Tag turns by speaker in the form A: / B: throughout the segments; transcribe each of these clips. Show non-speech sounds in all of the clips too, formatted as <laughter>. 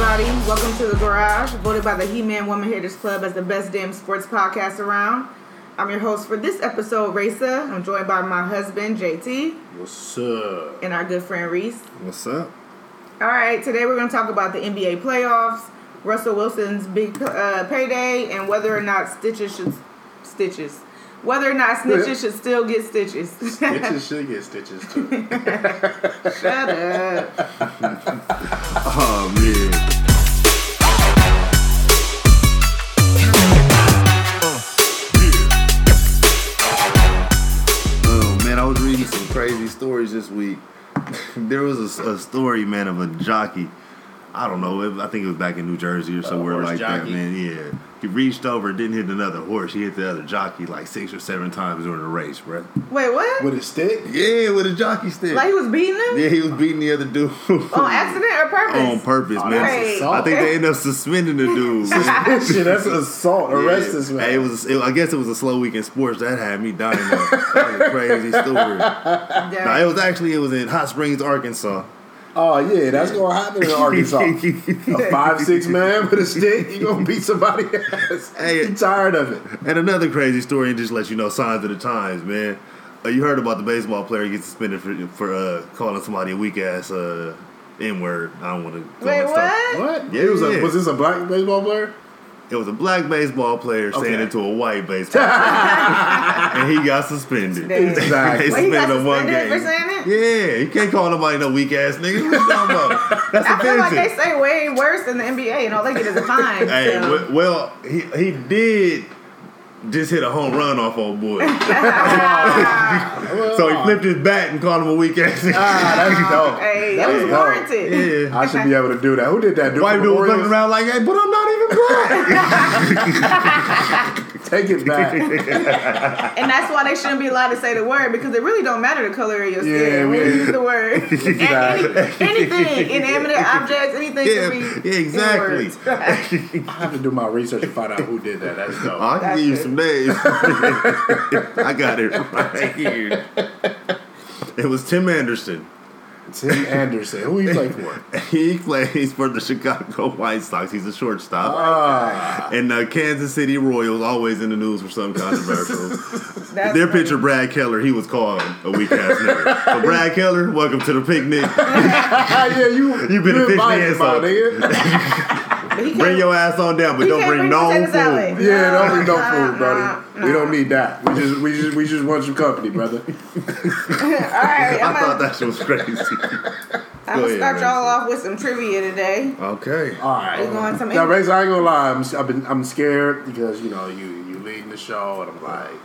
A: Welcome to the Garage, voted by the He Man Woman Haters Club as the best damn sports podcast around. I'm your host for this episode, Raisa. I'm joined by my husband, JT,
B: What's up?
A: and our good friend, Reese.
B: What's up?
A: All right, today we're going to talk about the NBA playoffs, Russell Wilson's big uh, payday, and whether or not stitches should stitches, whether or not snitches should still get stitches. <laughs>
B: Stitches should get stitches too.
A: Shut up.
B: <laughs> oh man. Oh man, I was reading some crazy stories this week. <laughs> there was a, a story, man, of a jockey. I don't know. It, I think it was back in New Jersey or somewhere
C: horse
B: like that,
C: jockey.
B: man. Yeah, he reached over, didn't hit another horse. He hit the other jockey like six or seven times during the race, bro.
A: Wait, what?
C: With a stick? <laughs>
B: Yeah, with a jockey stick.
A: Like he was beating him
B: yeah, he was beating the other dude
A: <laughs> on accident or purpose?
B: on purpose, man.
A: that's
C: assault.
B: I think they end up suspending the dude. man.
C: Shit, that's assault. Arrest this
B: Hey, it
C: man.
B: was. It, I guess it was a slow week in sports that had me dying. though. that was a crazy story. No,
A: Yeah.
B: it was actually it was in Hot Springs, Arkansas.
C: Oh yeah, that's gonna happen
B: <laughs>
C: in Arkansas. a five six man with a stick, you gonna beat somebody <laughs> ass.
B: Hey.
C: you tired of it.
B: And another crazy story, and just let you know, signs of the times, man. Uh, you heard about the baseball player get suspended for for uh, calling somebody a weak ass uh, n word. I don't want to.
A: Wait, what?
C: What?
B: Yeah,
C: It was,
B: yeah.
C: a, was this a black baseball player?
B: It was a black baseball player saying
C: Okay.
B: it to a white baseball player. and he got suspended.
A: Damn.
C: Exactly.
B: <laughs> They
A: Wait, he got
B: suspended him one game.
A: suspended for saying it?
B: Yeah, you can't call nobody no weak ass nigga. What you talking about? That's
A: I feel like
B: offensive.
A: they say way worse than the NBA, and all they get is a fine.
B: Hey,
A: so.
B: we- well, he he did just hit a home run off old boy. so he flipped his bat and called him a weak ass nigga.
C: Ah, that's dope.
A: Hey, that
C: That's
A: was
C: dope.
A: warranted.
B: <laughs> yeah.
C: I should be able to do that. Who did that? Dude
B: White
C: from
B: dude was
C: Orioles?
B: looking around like, hey, but I'm not even black.
C: Take
B: <laughs>
C: it back.
A: And that's why they shouldn't be allowed to say the word because it really don't matter the color of your skin
C: Yeah,
A: when
C: we-
A: you use the
B: <laughs>
A: word. And any, anything, inanimate objects, anything
B: yeah,
A: can be
B: yeah, exactly.
A: words.
C: I have to do my research and find out who did that. That's dope.
B: Oh, I can
A: That's
B: give you
A: it.
B: some names. <laughs> I got it right here. It was Tim Anderson.
C: Tim Anderson. Who he
B: <laughs>
C: play for?
B: He plays for the Chicago <laughs> White Sox. He's a shortstop.
C: Ah,
B: and uh, Kansas City Royals, always in the news for something controversial.
A: <laughs> That's
B: Their
A: funny.
B: pitcher, Brad Keller, he was called a weak ass nigga. So,
A: <laughs>
B: Brad Keller, welcome to the picnic.
C: <laughs> yeah, you
B: You been a bitch
C: invited,
B: man,
C: my
B: so-
C: nigga.
A: But he
B: Bring
A: can't-
B: your ass on down, but
A: he
B: don't
A: can't
B: bring
A: potato
B: no
A: salad.
B: food.
C: Yeah, don't need no
A: Nah,
C: food, brother.
A: nah, nah.
C: We don't need that. We just we just we just want some
A: <laughs>
C: company, brother.
A: <laughs> All right,
B: <laughs> I
A: I'm
B: thought
A: gonna,
B: that shit was
A: <laughs> I'm
B: crazy.
A: gonna
B: Go ahead,
A: start
B: Ramsey.
A: y'all off with some trivia today.
B: Okay.
C: All
A: We
C: right.
A: going some-
C: now, Razor, I ain't gonna lie. I'm, s- I've been I'm scared because you know you you leading the show, and I'm like,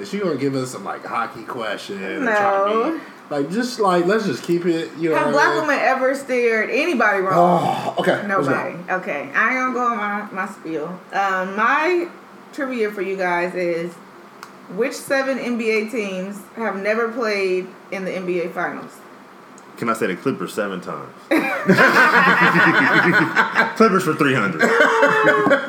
C: is she gonna give us some like hockey question? or try to
A: No.
C: be- Like just like let's just keep it. You know.
A: Have
C: what
A: black
C: I mean?
A: women ever stared anybody wrong?
C: Oh, okay. let's go.
A: Nobody. Okay. I ain't gonna go on my, my spiel. Um, my trivia for you guys is which seven NBA teams have never played in the NBA finals?
B: Can I say the Clippers
A: <laughs>
B: seven times? <laughs> Clippers for 300.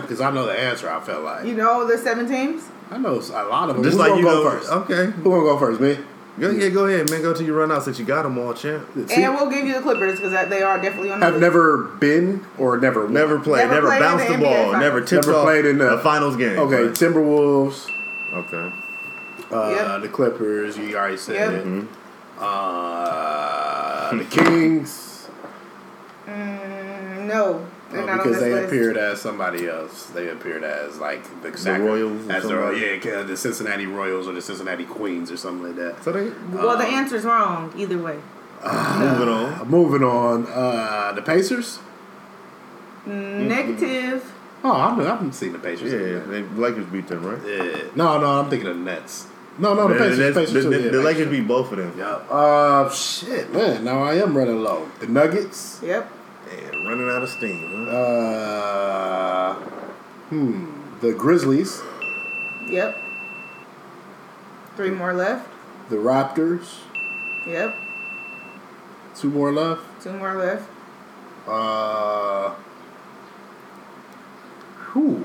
C: Because I know the answer. I felt like
A: You know the seven teams?
C: I know a lot of them.
B: Just
C: Who's
B: like
C: gonna
B: you
C: go
B: know. uh,
C: first?
B: Okay.
C: Who gonna go first, me?
B: Go, yeah, go ahead, man. Go till you run out since you got them all, champ.
C: See,
A: And we'll give you the Clippers because they are definitely on the
C: I've
A: list.
C: never been or never won.
B: Never played,
A: Never
B: never,
A: played in
B: bounced
A: the
B: the,
A: NBA
B: ball,
A: finals.
B: never tipped
C: Never
B: off
C: played in the-
B: a finals game.
C: Okay,
B: but-
C: Timberwolves,
B: okay.
C: uh,
A: Yep.
C: the Clippers. You already said
A: Yep.
C: it.
B: Mm-hmm.
C: Uh, the Kings,
A: Mm, no. They're
C: uh,
A: not
C: because
A: on this
C: they
A: list.
C: appeared as somebody else. They appeared as like the,
B: Royals or
C: as the,
B: somebody?
C: yeah, kinda the Cincinnati Royals or the Cincinnati Queens or something like that.
B: So they
A: Well, the answer's wrong either way.
B: moving on.
C: Uh, moving on, uh, the Pacers. Mm-hmm.
A: Negative.
C: Oh, I've, I've seen the Pacers.
B: Yeah, they Lakers beat them, right?
C: Yeah. No, no, I'm thinking of the Nets. No, no, Oh, the
B: The,
C: Pacers.
B: Nets-
C: Pacers
B: the-
C: too,
B: the-
C: yeah,
B: the
C: Pacers.
B: Lakers beat both of them.
C: Yeah. Uh, shit, man. Now I am running low. The Nuggets.
A: Yep.
B: Man, running out of steam. huh?
C: Uh, hmm. The Grizzlies.
A: Yep. Three more left.
C: The Raptors.
A: Yep.
C: Two more left.
A: Two more left.
C: Uh, whew.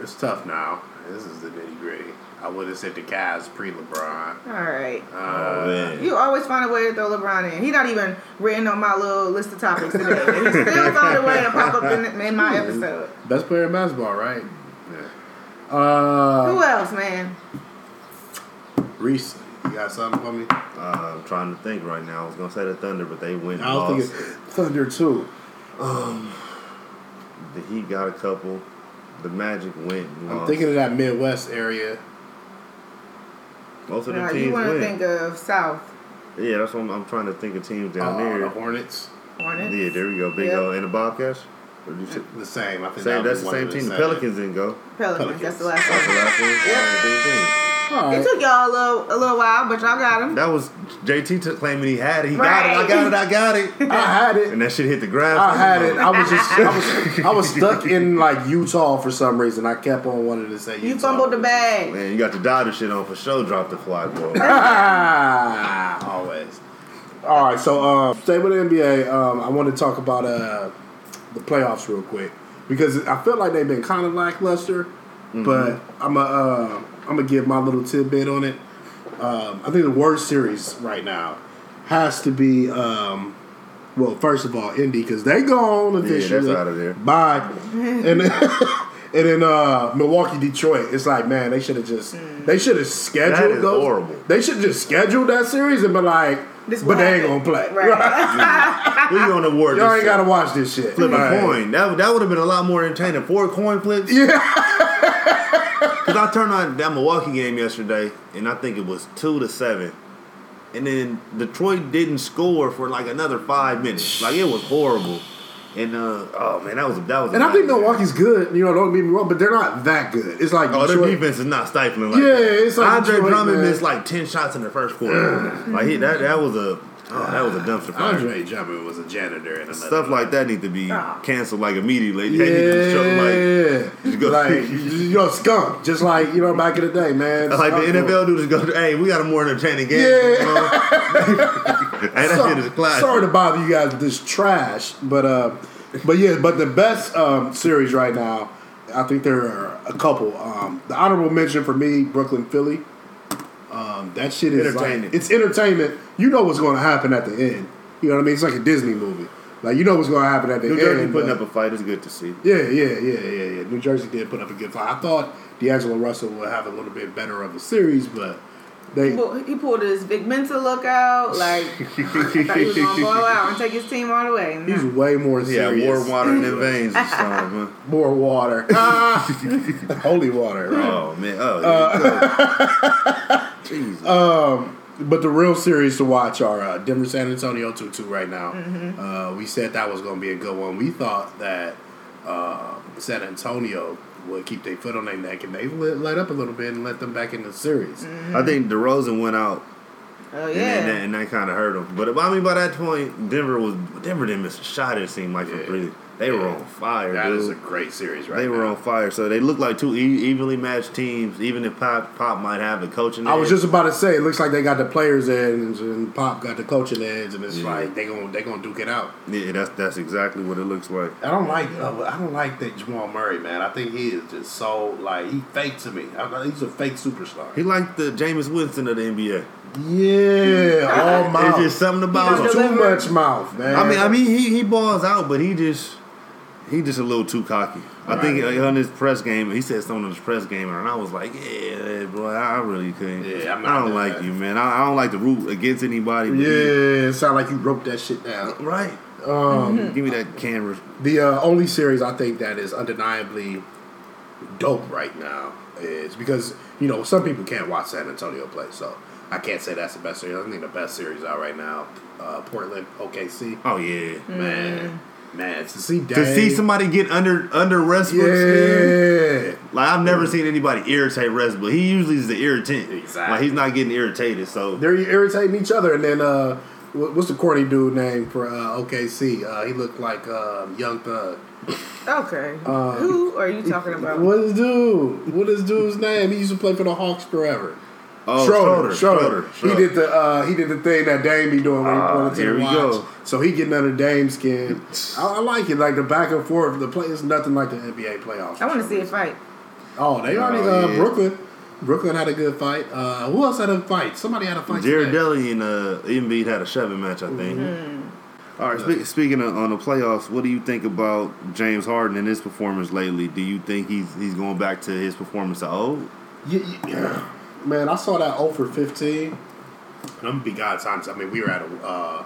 C: It's tough now. This is the nitty gritty. I would have said the Cavs Uh, pre LeBron.
A: All right.
B: Oh, man.
A: You always find a way to throw LeBron in. He not even written on my little list of topics today. And he
C: <laughs>
A: still found a way to pop up in, in my episode.
C: Best player in basketball, right? Yeah. Uh,
A: Who else, man?
C: Reese, you got something for me?
B: Uh, I'm trying to think right now. I was gonna say the Thunder, but they went.
C: I was
B: lost.
C: thinking Thunder too.
B: The Heat got a couple. The Magic went. and
C: I'm
B: lost.
C: thinking of that Midwest area.
B: most of the
A: Now,
B: teams
A: you want to
B: went.
A: think of South
B: yeah, that's what I'm, I'm trying to think of teams down
C: Uh,
B: there.
C: the Hornets,
A: Hornets.
B: Yeah, there we go. Big
A: Yep.
B: O and the Bobcats. Or you said-
C: the same. I think
B: Same,
C: that was
B: that's the
C: one
B: same
C: of
B: team. The
C: same.
B: Pelicans didn't go.
A: Pelicans. That's the last
B: That's
A: one.
B: the last one. That was a big team.
C: <laughs> All
A: It
C: right.
A: took y'all a little, a little while, but y'all got him.
B: That was JT t- claiming he had it. He
A: Right.
B: got it. I got it. I got it. <laughs>
C: I had it.
B: And that shit hit the ground.
C: I had it. I was just I was, I was stuck in like Utah for some reason. I kept on wanting to say Utah.
A: You fumbled the bag.
B: Man, you got the Dodger shit on for sure. Drop the fly ball.
C: Ah, <laughs> always. All right, so um, stay with the NBA. Um, I want to talk about uh, the playoffs real quick because I feel like they've been kind of lackluster,
B: Mm-hmm.
C: but I'm a uh, I'm gonna give my little tidbit on it. Um, I think the worst series right now has to be um, well, first of all, Indy because they gone
B: that's
C: officially.
B: outta there.
C: Bye. and then, <laughs> and then uh, Milwaukee, Detroit. It's like man, they should have just they should have scheduled
B: That is
C: those.
B: horrible.
C: They should just schedule that series and be like,
A: This
C: but
A: will
C: they ain't gonna
A: happen.
C: play. <laughs>
A: Right.
B: Who you gonna award
C: Y'all
B: this
C: ain't
B: to?
C: gotta watch this shit.
B: flip
C: Like,
B: a coin. That that would have been a lot more entertaining. Four coin flips.
C: Yeah.
B: <laughs> Cause I turned on that Milwaukee game yesterday, and I think it was two to seven, and then Detroit didn't score for like another five minutes. Like it was horrible. And uh, oh man, that was that was. a
C: And I think
B: nightmare.
C: Milwaukee's good. You know, don't get me wrong, but they're not that good. It's like
B: Oh, their
C: Detroit-
B: defense is not stifling. Like
C: Yeah,
B: that.
C: it's like
B: Andre
C: Detroit,
B: Drummond
C: man.
B: missed like ten shots in the first quarter. like he, that, that was a, oh, that was a dumpster fire.
C: Andre Drummond was a janitor and
B: Stuff like that need to be
A: Ah.
B: canceled like immediately.
C: Yeah,
B: They need to show,
C: you
B: just go-
C: like <laughs> you're a skunk, just like you know back in the day, man.
B: like, like the
C: Skunk
B: NFL dudes go, hey, we got a more entertaining game.
C: Yeah.
B: You know? <laughs> hey, that shit is classic.
C: Sorry to bother you guys with this trash, but uh, but yeah, but the best um, series right now, I think there are a couple. Um, the honorable mention for me, Brooklyn Philly. Um, that shit is
B: Entertaining.
C: like- it's entertainment. You know what's going to happen at the end. You know what I mean? It's like a Disney movie. Like you know what's going to happen at the
B: New
C: end.
B: Jersey putting
C: but-
B: up a fight is good to see.
C: yeah, yeah, yeah, yeah, yeah. New Jersey did put up a good fight. I thought D'Angelo Russell would have a little bit better of a series, but they
A: Well, <laughs> he pulled his big mental look out.
C: <laughs>
A: Like, I thought he was going to boil out and take his team all the way. No.
C: he's way more
B: Yeah,
C: serious.
B: warm water in their veins or something. man.
C: More water. Ah. Holy water. <laughs> Right?
B: Oh man, oh
C: Uh,
B: yeah.
C: <laughs>
B: Jesus.
C: Um, But the real series to watch are uh, Denver San Antonio 2 2 right now. Uh, we said that was going to be a good one. We thought that uh, San Antonio would keep their foot on their neck, and they let, let up a little bit and let them back in the series.
B: I think DeRozan went out
A: Oh,
B: And, then that,
A: yeah.
B: and that kind of hurt them. But I mean, by that point, Denver was Denver didn't miss a shot. It seemed like
C: Yeah.
B: from three. They were
C: Yeah.
B: on fire,
C: That
B: dude.
C: is a great series right
B: they were on
C: now.
B: fire. So they looked like two e- evenly matched teams. Even if Pop Pop might have the coaching,
C: I was
B: edge.
C: just about to say, it looks like they got the players edge and Pop got the coaching edge, and it's
B: Yeah.
C: like they gonna they gonna duke it out.
B: yeah, that's that's exactly what it looks like.
C: I don't like uh, I don't like that Jamal Murray, man. I think he is just so like he fake to me. I, he's a fake superstar.
B: He liked the Jameis Winston of the NBA.
C: yeah, all mouth,
B: It's just something about
A: He
B: him.
A: just
C: too much mouth, man.
B: I mean, I mean, he he balls out, but he just he just a little too cocky. I think uh, on his press game, he said something on his press game, and I was like, yeah, boy, I really couldn't.
C: Yeah, I'm not
B: I don't
C: doing
B: like
C: that.
B: you, man. I, I don't like to root against anybody. but you-
C: yeah, it sound like you broke that shit down.
B: right.
C: Um,
B: Give me that camera.
C: The uh, only series I think that is undeniably dope right now is because you know some people can't watch San Antonio play, so I can't say that's the best series. I think the best series out right now, uh, Portland OKC.
B: Oh yeah.
C: Man, man, to see Dame,
B: Mm. To see somebody get under under Westbrook's skin,
C: yeah,
B: like I've never seen anybody irritate Westbrook. He usually is the irritant.
C: Exactly.
B: Like he's not getting irritated. So
C: they're irritating each other, and then uh, wh- what's the corny dude name for uh, OKC? Uh, he looked like uh, Young Thug.
A: Okay. Who are you talking about?
C: Uh, What is dude? What is dude's name? He used to play for the Hawks forever.
B: oh,
C: Schroeder, Schroeder,
B: Schroeder, Schroeder.
C: He did the uh, he did the thing that Dame be doing when he
B: Ah,
C: pointed to
B: here
C: the
B: we
C: watch.
B: go.
C: So he getting under Dame's
B: <laughs>
C: skin. I, I like it, like the back and forth. The play is nothing like the NBA playoffs.
A: I want to see a fight.
C: Oh, they already
B: Oh,
C: uh,
B: yeah.
C: Brooklyn. Brooklyn had a good fight. Uh, who else had a fight? Somebody had a fight.
B: Jared
C: today.
B: Dudley and uh, Embiid had a shoving match, I think. All right. Speak, speaking of, on the playoffs, what do you think about James Harden and his performance lately? Do you think he's he's going back to his performance of old?
C: Yeah, yeah. <clears throat> Man, I saw that 0 for 15. And I'm going to be God's honest. I mean, we were at a, uh,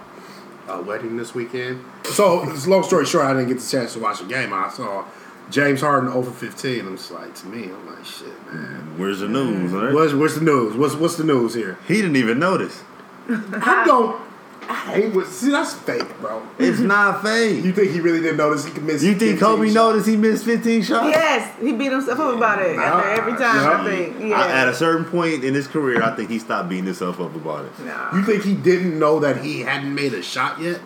C: a wedding this weekend. So, it's long story short, I didn't get the chance to watch the game. I saw James Harden 0 for 15. I'm just like, to me, I'm like, shit, man.
B: Where's the news? right?
C: What's, what's the news? What's what's the news here?
B: He didn't even notice.
C: I don't. I hate what. See, that's fake, bro.
B: <laughs> It's not fake.
C: You think he really didn't notice he could miss?
B: You think
C: 15
B: Kobe
C: shots?
B: noticed he missed 15 shots?
A: Yes, he beat himself up about it after every time. I think. Yeah.
B: I- at a certain point in his career, I think he stopped beating himself up about it.
A: Nah.
C: You think he didn't know that he hadn't made a shot yet?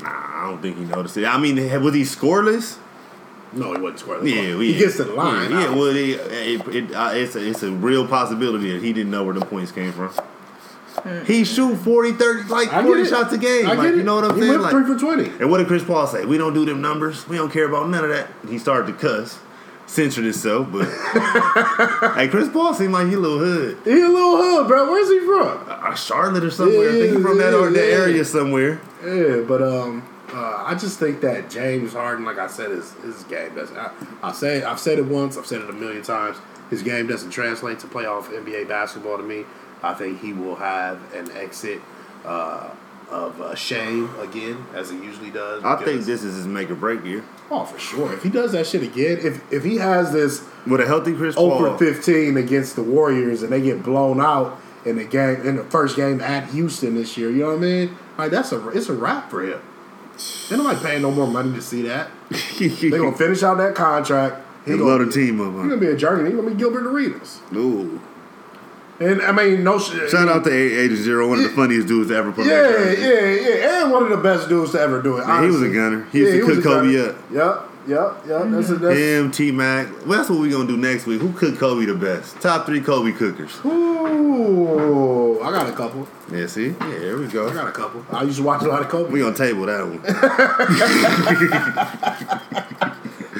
B: Nah, I don't think he noticed it. I mean, was he scoreless?
C: No, he wasn't scoring.
B: Yeah, yeah.
C: he gets to the line.
B: Yeah,
C: I-
B: well, he, it, it, uh, it's, a, it's a real possibility that he didn't know where the points came from. He shoot 40, 30, like
C: I get
B: 40
C: it.
B: shots a game.
C: I
B: like,
C: get
B: you
C: it.
B: know what I'm
C: He
B: saying?
C: went
B: Like,
C: three for twenty.
B: and what did Chris Paul say? We don't do them numbers. We don't care about none of that. He started to cuss, censored himself,
C: <laughs>
B: but. hey, Chris Paul seemed like he a little hood.
C: He a little hood, bro. Where's he from?
B: Uh, Charlotte or somewhere. I
C: Yeah,
B: think he from that, or
C: yeah,
B: that
C: yeah.
B: area somewhere.
C: Yeah, but um, uh, I just think that James Harden, like I said, is his game doesn't. I, I say I've said it once. I've said it a million times. His game doesn't translate to playoff NBA basketball to me. I think he will have an exit uh, of uh, shame again, as he usually does.
B: I think
C: because-
B: this is his make or break year.
C: oh for sure. If he does that shit again, if if he has this
B: With a healthy Chris
C: over
B: Paul, <laughs>
C: 15 Oh, against the Warriors and they get blown out in the game in the first game at Houston this year. You know what I mean? Like that's a it's a wrap for him. They're not paying no more money to see that. They're
B: <laughs>
C: gonna finish out that contract. He
B: and
C: gonna
B: blow the
C: be-
B: team up.
C: He
B: huh?
C: gonna be a journeyman. He gonna be Gilbert Arenas.
B: Ooh.
C: And I mean, no shit.
B: Shout out to Agent Zero, one of the funniest dudes to ever put
C: Yeah,
B: that jersey.
C: yeah, yeah, and one of the best dudes to ever do it.
B: Man, he was a
C: honestly.
B: gunner. He used to cook Kobe up.
C: up. Yep, yep, yep. That's a, that's
B: Him, T Mac. Well, that's what we're gonna do next week. Who cooked Kobe the best? Top three Kobe cookers.
C: Ooh, I got a couple.
B: Yeah, see? Yeah, there we
C: I
B: go.
C: got a couple. I used to watch a lot of Kobe.
B: We're gonna table that
C: <laughs>
B: one.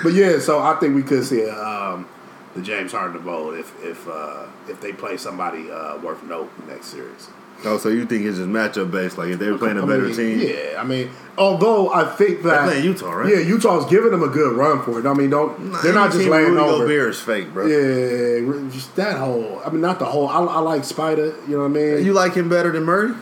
C: But yeah, so I think we could see um, the James Harden Bowl if if uh, if they play somebody uh, worth note next series.
B: oh, so you think it's just matchup based? Like if they were playing a better
C: I mean,
B: team?
C: Yeah, I mean, although I think
B: They're
C: that
B: playing Utah, right?
C: yeah, Utah's giving them a good run for it. I mean, don't
B: Nah,
C: they're not
B: any
C: just
B: team with
C: laying
B: Rudy
C: over.
B: Gobert is fake, bro.
C: Yeah, just that whole. I mean, not the whole. I, I like Spider. You know what I mean?
B: You like him better than Murray?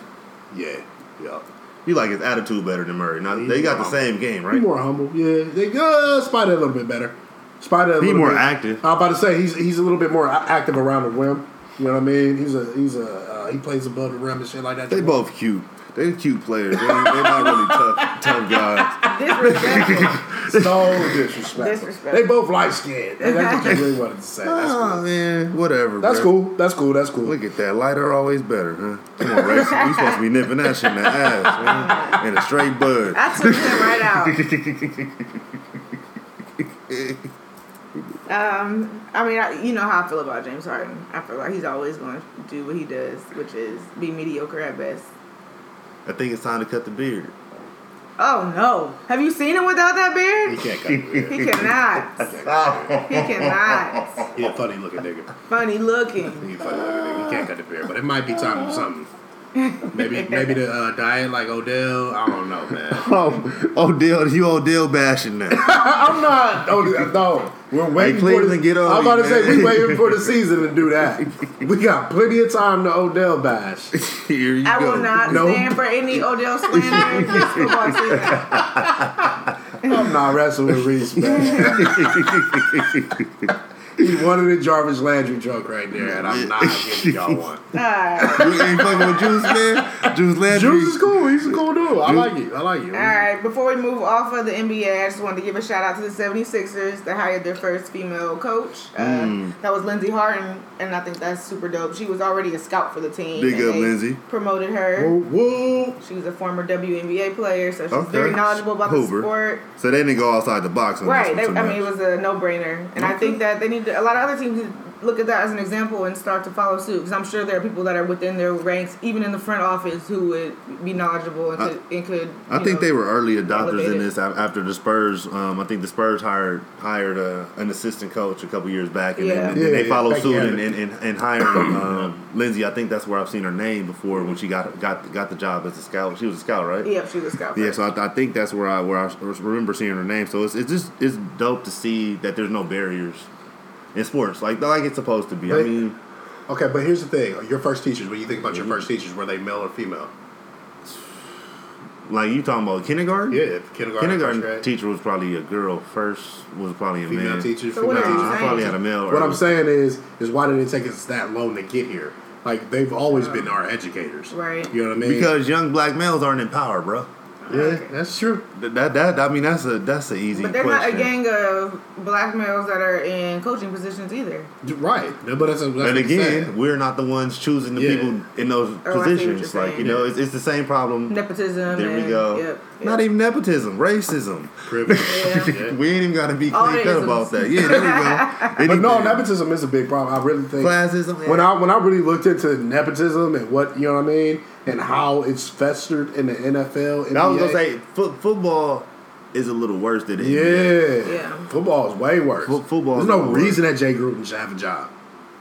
C: yeah, yeah.
B: You like his attitude better than Murray. Now
C: He's
B: they got the
C: wrong.
B: same game,
C: He
B: right?
C: more humble. Yeah, they uh, Spider a little bit better. Spider a
B: He
C: little
B: more
C: bit-
B: active.
C: I'm about to say he's he's a little bit more a- active around the rim. You know what I mean? He's a he's a uh, he plays above the rim and shit <laughs> like that.
B: They both cute. They're cute players. They're, they're not really
C: <laughs>
B: tough, tough guys.
A: Disrespectful.
C: so disrespectful.
A: Disrespectful.
C: They both light skinned. That's what you really wanted to say. That's cool.
B: Oh man, whatever.
C: That's
B: bro.
C: cool. That's cool. That's cool.
B: Look at that. Lighter always better, huh? Come on,
A: <laughs>
B: Rex. we supposed to be nipping that shit in the ass, man. And a straight bud.
A: I took him right out. <laughs> Um, I mean, I, you know how I feel about James Harden. I feel like he's always going to do what he does, which is be mediocre at best.
B: I think it's time to cut the beard.
A: Oh no! Have you seen him without that
C: He
A: beard?
C: can't cut
A: <laughs>
C: it.
A: He cannot. He cannot.
C: He a funny looking nigga.
A: Funny looking.
C: He a funny looking nigga. He can't cut the beard, but it might be time to do something. Maybe maybe the uh, diet like Odell. I don't know, man. <laughs>
B: Oh, Odell, you Odell bashing now.
C: I'm not. No, no. we're waiting for the,
B: Cleveland, get on
C: I'm about
B: me,
C: to say
B: man.
C: we waiting for the season to do that. We got plenty of time to Odell bash.
B: <laughs> Here you
A: I
B: go.
A: will not
C: Nope.
A: stand for any Odell slander this <laughs> football season.
C: I'm not wrestling with Reese, <laughs> man. he wanted a Jarvis Landry joke right there, and I'm not giving y'all <laughs> one.
A: Alright.
B: You ain't fucking with Juice, man. Juice Landry.
C: Juice is cool. He's a cool dude. I like it. I like it.
A: Alright, before we move off of the NBA, I just wanted to give a shout out to the 76ers that hired their first female coach. Uh,
B: Mm.
A: That was Lindsay Harden, and I think that's super dope. She was already a scout for the team.
B: Big
A: and
B: up,
A: they
B: Lindsay.
A: Promoted her.
C: Whoa, whoa.
A: She was a former WNBA player, so she's
B: Okay.
A: very knowledgeable about
B: Hoover.
A: the sport.
B: So they didn't go outside the box on
A: Right. They,
B: this one
A: I
B: too
A: mean, it
B: much.
A: was a no brainer, and I think that they need to, a lot of other teams look at that as an example and start to follow suit because I'm sure there are people that are within their ranks, even in the front office, who would be knowledgeable and could. and could
B: I
A: you
B: think
A: know,
B: they were early adopters
A: elevated.
B: in this af- after the Spurs. Um, I think the Spurs hired hired uh, an assistant coach a couple years back, and
A: Yeah.
B: then, and then
C: Yeah,
B: they
C: yeah,
B: followed
C: back
B: suit
C: in
B: and, and, and, and hired um, Lindsay. I think that's where I've seen her name before when she got got got the job as a scout. She was a scout, right?
A: Yep, she was a scout.
B: Yeah, so I, I think that's where I where I remember seeing her name. So it's, it's just it's dope to see that there's no barriers in sports like like it's supposed to be. I
C: But-
B: mean,
C: Okay, but here's the thing: your first teachers. When you think about your first teachers, were they male or female?
B: like you talking about kindergarten?
C: Yeah, kindergarten.
B: kindergarten
C: first grade.
B: teacher was probably a girl. First was probably a
C: female
B: man.
C: teachers.
A: So what are
C: female
A: you
C: teachers.
B: I probably had a male.
C: What I'm saying is, is why did it take us that long to get here? Like they've always been our educators,
A: Right.
C: You know what I mean?
B: because young black males aren't in power, bro.
C: yeah, that's true.
B: Th- That that I mean that's a that's an easy
A: But they're not
B: question.
A: a gang of black males that are in coaching positions either.
C: Right. No, but that's, that's what
B: But
C: I'm
B: again,
C: saying.
B: we're not the ones choosing the
C: Yeah.
B: people in those
A: Oh, I see what you're
B: positions. Like you
A: saying.
B: know, it's, it's the same problem.
A: Nepotism.
B: there we
A: and-
B: go.
A: Yep, yep.
B: Not even nepotism, racism.
C: privilege.
A: Yeah.
C: Yeah.
B: We ain't even got to be
A: All
B: clean cut
A: isms.
B: about that. Yeah, there
A: <laughs>
B: we go.
C: <laughs> But no,
B: Anything.
C: nepotism is a big problem. I really think
B: classism.
C: when I when I really looked into nepotism and what you know what I mean and how it's festered in the NFL.
B: I was
C: NBA,
B: gonna say foot football is a little worse than it.
C: yeah,
A: Yeah.
C: football is way worse.
B: Fo- football
C: There's
B: is
C: no
B: way worse.
C: reason that Jay Gruden should have a job.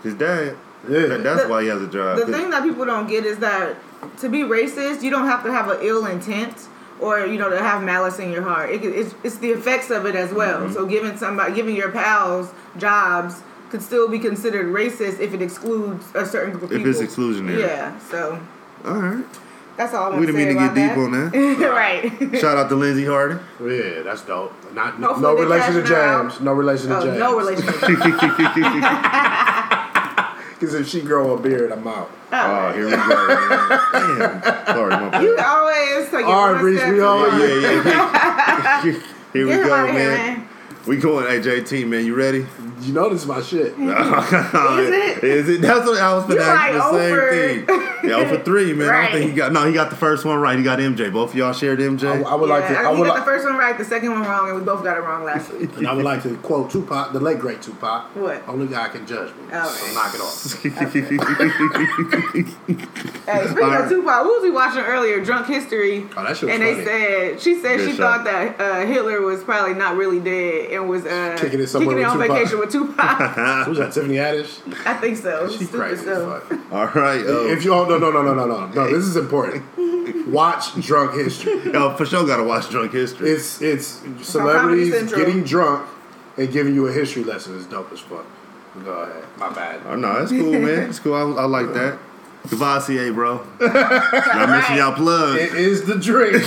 B: His dad.
C: Yeah.
B: that- that's
A: The-
B: why he has a job.
A: The
B: 'cause-
A: thing that people don't get is that to be racist, you don't have to have an ill intent or you know to have malice in your heart. It, could- it's, it's the effects of it as well.
B: Mm-hmm.
A: So giving somebody, giving your pals jobs could still be considered racist if it excludes a certain group of
B: If
A: people.
B: it's exclusionary.
A: Yeah. So
B: All right.
A: that's all I
B: We
A: want to
B: didn't
A: say
B: mean to
A: about
B: get
A: that. <laughs>
B: deep
A: right.
B: Shout out to Lindsey Harden.
C: Yeah, that's dope. Not no,
A: Hopefully
C: no
A: they
C: relation to
A: cash now.
C: James. No relation to
A: Oh,
C: James.
A: no
B: <laughs>
A: relationship.
C: Because if she grow a beard, I'm out.
B: Oh, here we go. man. Damn. Sorry, my
C: <laughs>
B: bad.
A: you always take it
C: All right,
A: one
C: Reese,
A: step
C: we
A: too
C: all-
A: far.
B: yeah,
C: <laughs>
B: yeah, yeah. here we
A: Get him
B: go,
A: out of
B: man.
A: here, man.
B: We going, hey JT, man. You ready?
C: You know this <laughs> is my shit.
A: it?
B: <laughs> Is it? That's what I was
A: You
B: gonna ask you
A: like
B: the same
A: over-
B: thing. Yeah,
C: <laughs>
B: for three, man. I
A: Right.
B: don't think he got. No, he got the first one right. He got MJ. Both of y'all shared
C: I,
B: MJ.
C: I would like to.
A: Yeah,
C: I
A: we
C: would,
A: got the
C: like,
A: first one right, the second one wrong, and we both got it wrong last week.
C: and I would like to quote Tupac, the late great Tupac.
A: What?
C: Only God can judge me.
A: All
C: So
A: right.
C: knock it off.
A: Hey, speaking
B: Alright.
A: of Tupac, what was we watching earlier? Drunk History.
C: Oh, that shit was
A: and they
C: funny.
A: said she said
B: Good
A: she
B: show.
A: thought that uh, Hitler was probably not really dead and was uh,
C: Kicking it somewhere with
A: on
C: Tupac.
A: vacation with Tupac.
C: <laughs> Who's that? Tiffany
A: <laughs>
C: Haddish.
A: I think so.
C: She's
A: Stupid
C: crazy. as
A: stuff.
C: fuck.
B: All right, oh,
C: If you all no no no no no no no this is important. Watch Drunk History.
B: yo, for sure, gotta watch Drunk History.
C: It's it's
A: Comedy
C: celebrities
A: Central.
C: getting drunk and giving you a history lesson. It's dope as fuck. Go ahead. My bad.
B: Oh no, that's cool,
C: <laughs>
B: man. It's cool. I, I like that. Cavassier, bro. Y'all missing y'all plug.
C: It is the drink.
A: We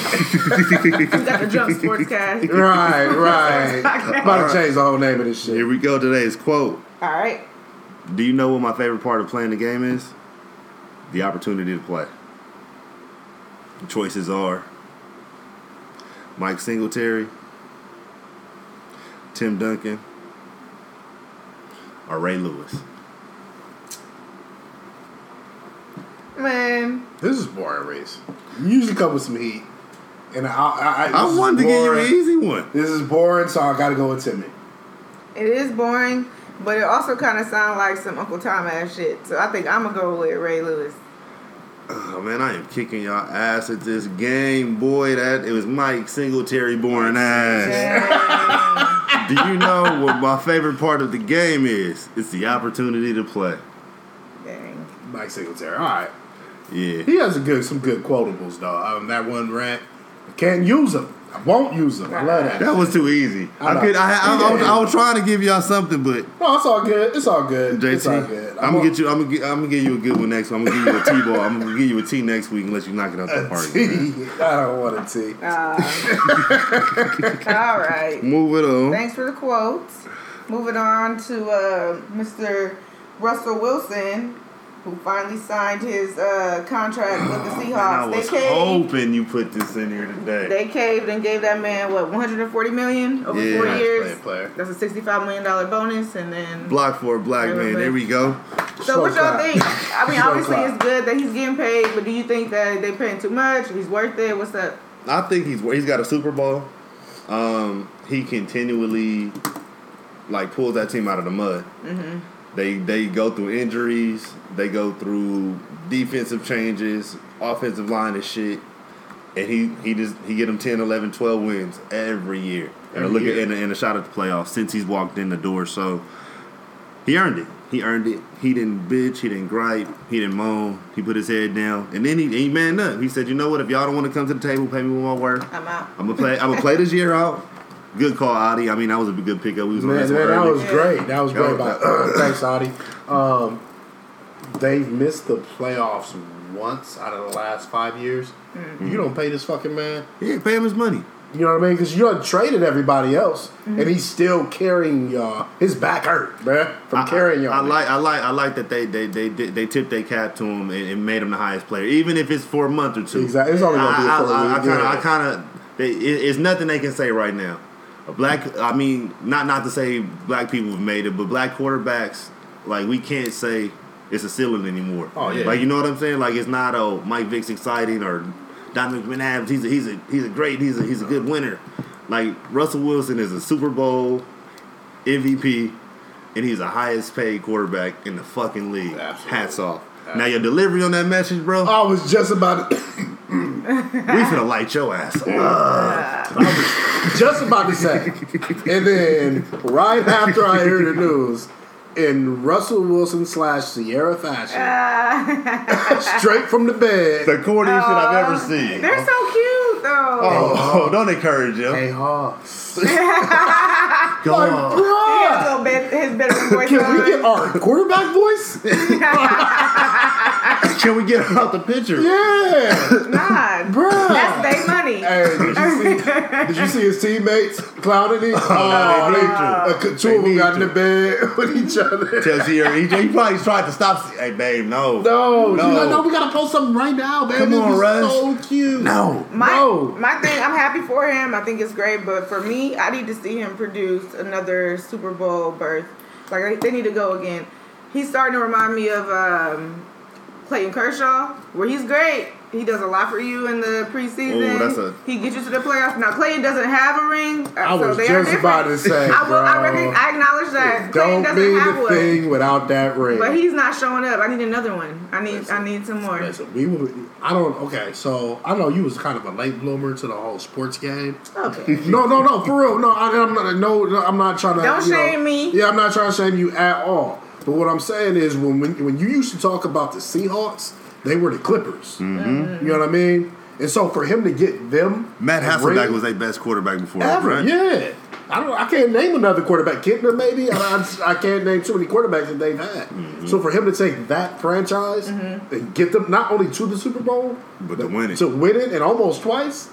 A: got the Drunk Sportscast.
C: right, right. About to change the whole name of this
B: Here
C: shit.
B: we go. Today's quote.
A: All right.
B: Do you know what my favorite part of playing the game is? The opportunity to play. The choices are Mike Singletary, Tim Duncan, or Ray Lewis.
A: Man,
C: This is boring, Reese. You usually come with some heat, and I, I, I, this
B: I
C: is
B: wanted to give you an
C: boring.
B: easy one.
C: This is boring, so I got to go with Timmy.
A: it is boring, but it also kind of sounds like some Uncle Tom ass shit. So I think I'm going to go with Ray Lewis.
B: Oh man, I am kicking y'all ass at this game, boy. That it was Mike Singletary boring ass.
A: Dang.
B: Do you know what my favorite part of the game is? It's the opportunity to play.
A: Dang.
C: Mike Singletary. All right,
B: Yeah.
C: he has a good, some good quotables though. Um, that one rant, I can't use them. I won't use them. I love that.
B: That was too easy.
C: I
B: I,
C: know.
B: could. I, I, I, was, I was trying to give y'all something, but
C: No, it's all good. It's all good.
B: JT,
C: It's all good.
B: I'm gonna get you. I'm gonna. Get, I'm gonna give you a good one next. I'm gonna give you a T ball. I'm gonna give you a T next week and let you knock it out the park. man.
C: tea. <laughs> I don't want a tea.
A: <laughs> Uh, all right.
B: Move it on.
A: Thanks for the quotes. Moving on to uh, Mr. Russell Wilson, who finally signed his uh, contract with
B: <sighs>
A: the
B: Man, I
A: Seahawks.
B: was
A: they caved.
B: hoping you put this in here today.
A: They caved and gave that man what 140 million over
B: Yeah.
A: four
B: Nice
A: years.
C: player, player.
A: That's a 65 million dollar bonus, and then.
B: Block for a black man. There we go.
A: so what
C: Slow
A: y'all
C: clap.
A: think? I
B: <laughs>
A: mean,
C: Slow
A: obviously
C: clap.
A: it's good that he's getting paid, but do you think that they paying too much? He's worth it. What's up?
B: I think he's he's got a Super Bowl.
C: Mm-hmm.
B: Um, he continually like pulls that team out of the mud. They they go through injuries. They go through defensive changes, offensive line and shit. And he he just he get them 10, 11, 12 wins every year. And a
C: Every
B: look at
C: year.
B: and a, and a shot at the playoffs since he's walked in the door. So he earned it. He earned it. He didn't bitch. He didn't gripe. He didn't moan. He put his head down. And then he, he manned up. He said, "You know what? If y'all don't want to come to the table, pay me one more word.
A: I'm out.
B: I'm gonna play. I'm gonna play this year out. Good call, Adi. I mean, that was a good pickup. We was on
C: Man,
B: this
C: man,
B: one
C: that
B: early.
C: was great. That was
B: That
C: great.
B: was-
C: About, thanks, Audie. Um, they've missed the playoffs once out of the last five years. You don't pay this fucking man.
B: Yeah, pay him his money.
C: You know what I mean? Because you done traded everybody else, and he's still carrying y'all. His back hurt, man, from
B: I-
C: carrying y'all.
B: I, like. I like. I like that they they they did- they tipped their cap to him and, and made him the highest player, even if it's for a month or two.
C: Exactly. It's only gonna be
B: I-
C: a
B: I-
C: four
B: I
C: week
B: kind of,
C: game.
B: I kind of, it, it's nothing they can say right now. A black, I mean, not not to say black people have made it, but black quarterbacks, like we can't say it's a ceiling anymore.
C: Oh, yeah.
B: like you know what I'm saying? Like it's not oh Mike Vick's exciting or Dominic McNabb. He's a, he's a he's a great. He's a he's a good winner. Like Russell Wilson is a Super Bowl MVP, and he's the highest paid quarterback in the fucking league.
C: Absolutely.
B: Hats off. Now your delivery on that message, bro.
C: I was just about to,
B: We finna light your ass. up.
C: just about to say, and then right after I hear the news, in Russell Wilson slash Sierra
B: <laughs>
C: fashion, straight from the bed.
B: The corniest shit I've
C: Oh.
B: ever seen.
A: They're so cute though.
B: Oh, don't encourage him.
C: Hey, Hoss.
B: Go on.
A: He
C: Bruh.
A: has a little bit, his bedroom voice
C: <coughs> Can we get
A: on.
C: our quarterback voice?
B: <laughs> Can we get her out the picture?
C: Yeah.
A: Nah,
C: Bruh.
A: that's they money.
C: Hey, did you see? Did you see his teammates clowning him?
B: Oh, they need
C: they- uh, two
B: They
C: of them
B: need
C: got in the
B: to.
C: bed with each other.
B: Tells here he, he probably tried to stop. Hey, babe, no.
C: No,
B: No.
C: she's like, no, we gotta post something right now, man.
B: Come
C: This
B: on,
C: is
B: Russ.
C: So cute.
B: No.
A: My
C: No.
A: my thing, I'm happy for him. I think it's great, but for me, I need to see him produce another Super Bowl berth. Like they- they need to go again. He's starting to remind me of um, Clayton Kershaw, where he's great. He does a lot for you in the preseason.
B: Ooh, that's a-
A: he gets you to the playoffs. Now Clayton doesn't have a ring, uh,
C: I
A: so
C: was
A: they are
C: just
A: different.
C: about to say,
A: I will. I,
C: bro,
A: recognize, I acknowledge that Clayton
C: Don't
A: doesn't
C: mean
A: have
C: a
A: one,
C: thing without that ring.
A: but he's not showing up. I need another one. I need. I need some more.
C: Listen, we will. I don't. Okay, so I know you was kind of a late bloomer to the whole sports game.
A: Okay.
C: No, no, no, for real. No, I, I'm not. No, no, I'm not trying to.
A: Don't
C: you know-
A: shame me.
C: Yeah, I'm not trying to shame you at all. But what I'm saying is, when when, when you used to talk about the Seahawks, they were the Clippers. You know what I mean? And so for him to get them,
B: Mm-hmm. Matt
C: a
B: Hasselbeck
C: ring
B: was their best quarterback before,
C: ever.
B: right?
C: Yeah, I don't. I can't name another quarterback. Kidna maybe. I, I, just- I can't name too many quarterbacks that they've had. So for him to take that franchise
A: Mm-hmm.
C: and get them not only to the Super Bowl,
B: But to win it.
C: to win it, and almost twice.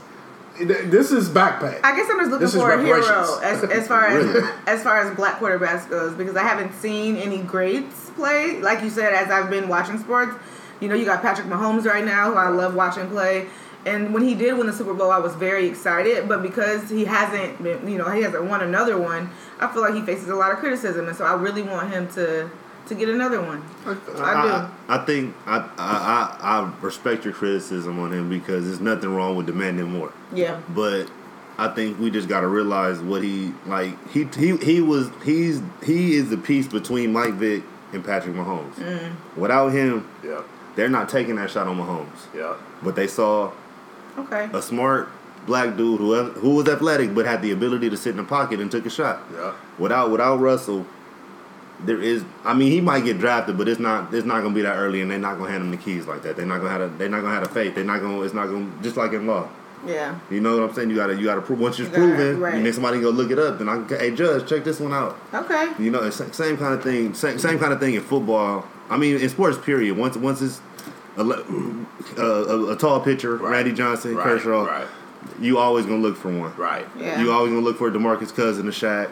C: th- This is backpack.
A: I guess I'm just looking
C: This is
A: for a hero
C: reparations. <laughs>
A: as, as far as
B: Really?
A: as far as black quarterbacks goes because I haven't seen any greats play. Like you said, as I've been watching sports, you know, you got Patrick Mahomes right now, who I love watching play. And when he did win the Super Bowl, I was very excited. But because he hasn't, been, you know, he hasn't won another one, I feel like he faces a lot of criticism, and so I really want him to to get another one. I do.
B: I, I think I, I I I respect your criticism on him because there's nothing wrong with demanding more.
A: yeah.
B: but I think we just got to realize what he like. He he he was he's he is the piece between Mike Vick and Patrick Mahomes. Without him,
C: Yeah,
B: they're not taking that shot on Mahomes.
C: yeah.
B: But they saw
A: Okay.
C: Uh,
B: a smart black dude who who was athletic but had the ability to sit in the pocket and took a shot.
C: Yeah.
B: Without without Russell, there is. I mean, he might get drafted, but it's not. It's not going to be that early, and they're not going to hand him the keys like that. They're not going to have. A, they're not going to have a faith. They're not going. to It's not going. to Just like in law.
A: Yeah.
B: You know what I'm saying? You gotta, you gotta prove. Once you're
A: You gotta-
B: proven,
A: right.
B: and then somebody go look it up, and I can, hey judge, check this one out.
A: Okay.
B: You know, it's the same kind of thing. Same, same kind of thing in football. I mean, in sports, period. Once, once it's a, le- uh, a, a tall pitcher, Randy Johnson,
C: Right,
B: Kershaw,
C: right.
B: you always gonna look for one.
C: Right.
A: Yeah.
B: You always gonna look for a Demarcus Cousin, a Shaq.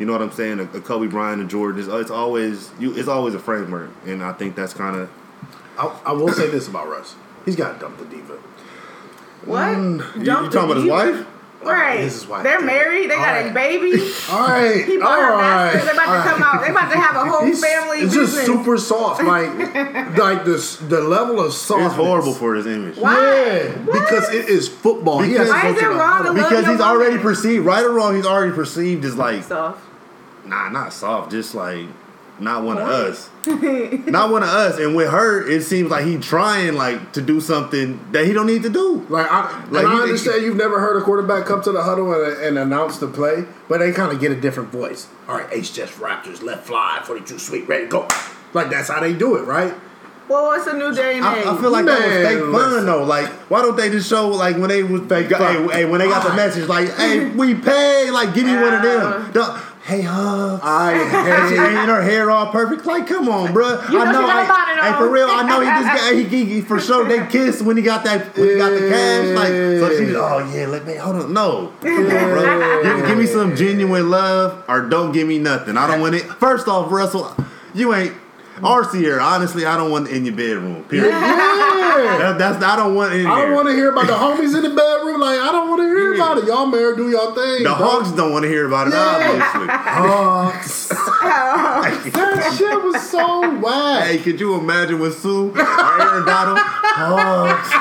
B: You know what I'm saying? A, a Kobe Bryant, a Jordan. It's, it's always you. It's always a framework, and I think that's kind of.
C: I, I will say this about Russ: he's got to dump the diva.
A: What?
C: Mm.
B: You, you
A: Don't-
B: talking about his
A: you-
B: wife?
A: Right.
C: This is why I
A: They're
C: did it.
A: married. They got
C: Alright.
A: a baby.
C: All right,
A: <laughs> He bought
C: all
A: her
C: right.
A: masters. They about
C: all right.
A: to come out. They about to have a whole
C: He's-
A: family
C: it's
A: business.
C: just super soft,
A: <laughs>
C: like like this the level of soft.
B: It's horrible for his image.
A: Why?
C: Yeah,
A: What?
C: because it is football. He
B: Because-
C: has to
A: Why
C: go
A: is it
C: to the-
A: wrong to love
B: Because
A: your
B: he's already
A: woman?
B: perceived, right or wrong, he's already perceived as like
A: soft.
B: Nah, not soft. Just like not one of
C: <laughs>
B: us. not one of us. And with her, it seems like he trying like to do something that he don't need to do.
C: Like I,
B: Like,
C: and
B: you-
C: I understand you've never heard a quarterback come to the huddle and, and announce the play, but they kind of get a different voice. All right, H just Raptors left fly, forty two sweet, ready go. Like that's how they do it, right?
A: Well, it's a new day and
B: I,
A: age.
B: I feel like that was
C: Man,
B: fake fun
C: listen.
B: though. Like, why don't they just show like when they was they got,
C: fun.
B: hey, hey, when they got the
C: Why?
B: message like, hey, we pay, like give me one of
A: Uh.
B: them. The- hey, huh?
A: <laughs>
C: I
B: And she
C: hate
B: ain't her hair all perfect. Like, come on, bruh.
A: You
B: I
A: know she
B: know.
A: got a bonnet
B: hey,
A: on.
B: for real, I know he just got. He, he, he- for sure they kissed when he got that. When he got the cash. Like, so she. Oh yeah, let me hold on. No, Come on, bro. Give, give me some genuine love, or don't give me nothing. I don't want it. First off, Russell, you ain't. RC here, honestly, I don't want it in your bedroom. Period.
C: Yeah.
B: That- that's I don't want it in
C: I
B: there.
C: don't want to hear about the homies in the bedroom. Like I don't want to hear
B: Yeah.
C: about it. Y'all married, do y'all thing.
B: the
C: bro.
B: Hawks don't want to hear about it,
C: Yeah. <laughs>
A: <laughs>
B: obviously.
C: Hawks.
A: Oh.
C: that shit was so whack.
B: Hey, could you imagine when Sue or Aaron Donald
C: <laughs>
B: hugs?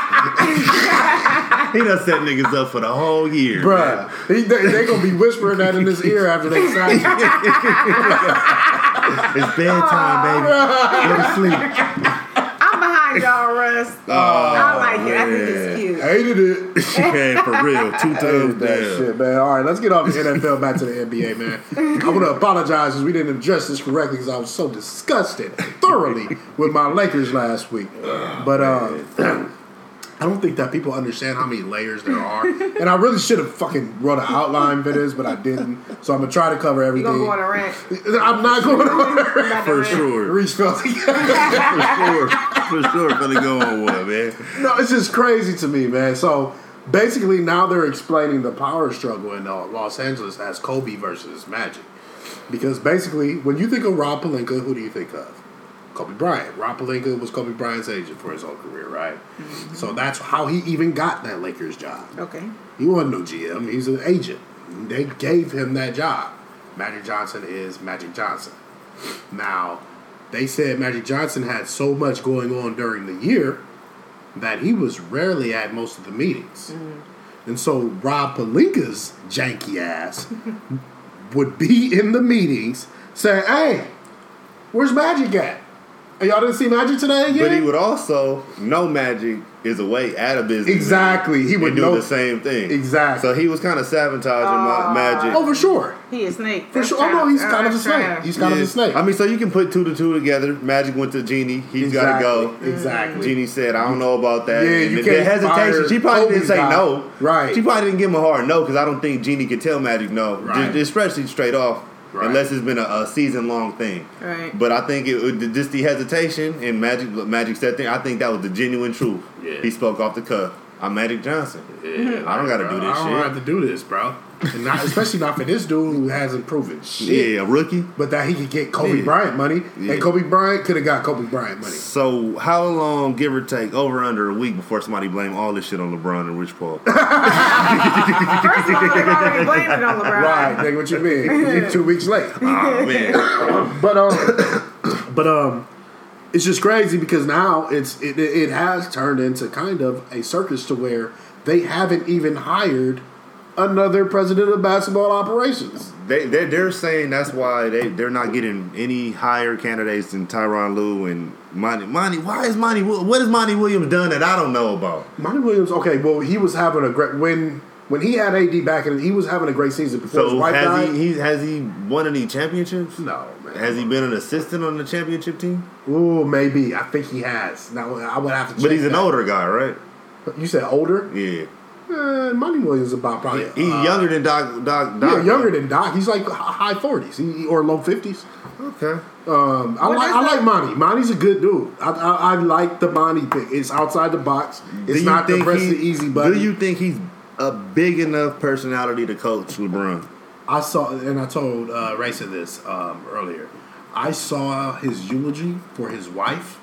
B: he done set niggas up for the whole year.
C: Bruh, he, they, they gonna be whispering that in his ear after they sign. him. <laughs>
B: man. It's
C: <laughs>
B: bedtime, baby. Go to sleep.
A: I'm behind y'all, Russ.
C: Oh,
A: I like it. I think it's cute.
C: Hated it.
B: Man, for real. Two
C: Hated
B: thumbs
C: that
B: down.
C: shit, man. All right, let's get <laughs> off the NFL back to the NBA, man. I want to apologize because we didn't address this correctly because I was so disgusted thoroughly with my Lakers last week. But uh, <clears throat> I don't think that people understand how many layers there are, and I really should have fucking wrote an outline for this, but I didn't. So I'm gonna try to cover
A: You
C: everything.
A: gonna go on a rant?
C: <laughs> I'm not
A: <laughs>
C: going on.
A: About the
B: For
A: rant.
C: <laughs>
B: sure.
C: Reach
B: <laughs>
C: felt
B: For sure. For sure. Gonna go on one, man.
C: No, it's just crazy to me, man. So basically, now they're explaining the power struggle in uh, Los Angeles as Kobe versus Magic, because basically, when you think of Rob Palinka, who do you think of? Kobe Bryant. Rob Palinka was Kobe Bryant's agent for his whole career, right? So that's how he even got that Lakers job.
A: Okay.
C: He wasn't no GM. He's an agent. They gave him that job. Magic Johnson is Magic Johnson. Now, they said Magic Johnson had so much going on during the year that he was rarely at most of the meetings. And so Rob Palinka's janky ass <laughs> would be in the meetings saying, hey, where's Magic at? And y'all didn't see Magic today again?
B: But he would also know magic is a way out of business.
C: exactly. He
B: He
C: would
B: would do
C: know.
B: the same thing.
C: Exactly.
B: So he was kind of sabotaging my magic.
C: Oh, for sure.
A: He a snake.
C: For sure. Oh no, he's kind of a snake. He's kind of
B: Yeah.
C: a snake.
B: I mean, so you can put two to two together. Magic went to Genie. He's
C: Exactly,
B: got to go. Mm-hmm.
C: exactly.
B: Genie said, "I don't know about that."
C: Yeah, you
B: the-
C: can't
B: the hesitation.
C: fire
B: She probably didn't
C: Kobe's
B: say
C: guy.
B: no.
C: Right.
B: She probably didn't give him a hard no because I don't think Genie could tell Magic no,
C: Right.
B: Just- especially straight off,
C: Right.
B: unless it's been a, a season long thing.
A: Right.
B: But I think it, it just the hesitation and Magic Magic said thing. I think that was the genuine truth.
C: Yeah.
B: He spoke off the cuff. I'm Magic Johnson. I don't got to do
C: I
B: this
C: don't
B: shit.
C: have to do this, bro. And not, especially not for this dude who hasn't proven shit.
B: Yeah, a rookie.
C: But that he could get Kobe
B: Yeah.
C: Bryant money,
B: Yeah.
C: and Kobe Bryant could have got Kobe Bryant money.
B: So how long, give or take, over under a week before somebody blame all this shit on LeBron and Rich
C: <laughs>
B: Paul?
A: First of all, they've already blamed it on LeBron.
C: <laughs> Right, nigga, what you
B: <laughs>
C: mean? You're two weeks late.
B: oh man,
C: But um, <coughs> but um, it's just crazy because now it's it, it it has turned into kind of a circus to where they haven't even hired another president of basketball operations.
B: they they they're saying that's why they they're not getting any higher candidates than Tyron Lue and Monty. Monty, why is Monty? Wi- What has Monty Williams done that I don't know about?
C: Monty Williams, okay, well, he was having a great when when he had AD back in, he was having a great season before his
B: So
C: wife
B: has
C: died.
B: he, he has he won any championships?
C: no, man.
B: Has he been an assistant on the championship team?
C: Ooh, maybe I think he has. Now I would have to. Check
B: But he's an
C: that.
B: older guy, right?
C: You said older.
B: Yeah,
C: Eh, Monty Williams is about probably
B: he's
C: uh,
B: younger than Doc. Doc. Doc
C: yeah, younger than Doc. He's like h- high forties or low fifties.
B: Okay.
C: Um, I
A: What
C: like
A: is
C: I
A: that?
C: like Monty. Monty's a good dude. I, I, I like the Monty pick. It's outside the box. It's
B: you
C: not the rest
B: he-
C: of the easy button.
B: Do you think he's a big enough personality to coach LeBron?
C: I saw, and I told uh, Raisa this um, earlier. I saw his eulogy for his wife,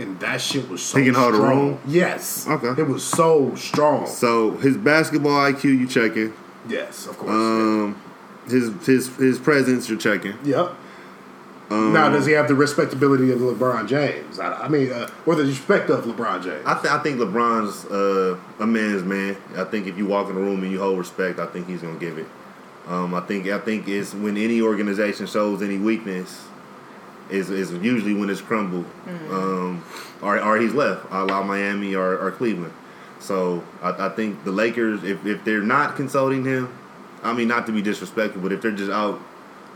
C: and that shit was so
B: He can hold
C: strong.
B: her own?
C: Yes.
B: Okay.
C: It was so strong.
B: So his basketball IQ, you checking?
C: yes, of course.
B: Um, his his his presence, you're checking.
C: yep. now, does he have the respectability of LeBron James? I, I mean, uh, or the respect of LeBron James?
B: I, th- I think LeBron's uh, a man's man. I think if you walk in the room and you hold respect, I think he's gonna give it. Um, I think I think it's when any organization shows any weakness, is is usually when it's crumbled, um, or or he's left, a la Miami or, or Cleveland. So I, I think the Lakers, if if they're not consulting him, I mean not to be disrespectful, but if they're just out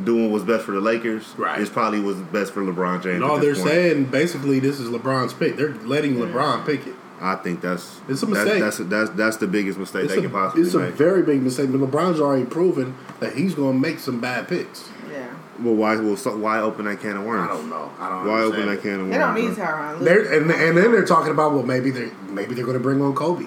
B: doing what's best for the Lakers,
C: Right.
B: it's probably what's best for LeBron James.
C: And
B: at
C: all they're
B: this point.
C: saying, basically, this is LeBron's pick. They're letting LeBron pick it.
B: I think that's
C: It's a
B: that's-
C: mistake.
B: That's that's, that's, the biggest mistake
C: It's,
B: they
C: a,
B: can possibly
C: it's a
B: make.
C: very big mistake, but LeBron's already proven that he's going to make some bad picks.
A: Yeah.
B: well, why well, so, why open that can of worms?
C: know. I don't
B: Why open that
C: understand it.
B: can of worms?
A: They don't need
B: bro?
A: Tyron. Lue.
C: They're, and, and then they're talking about well maybe they are maybe they're going to bring on Kobe.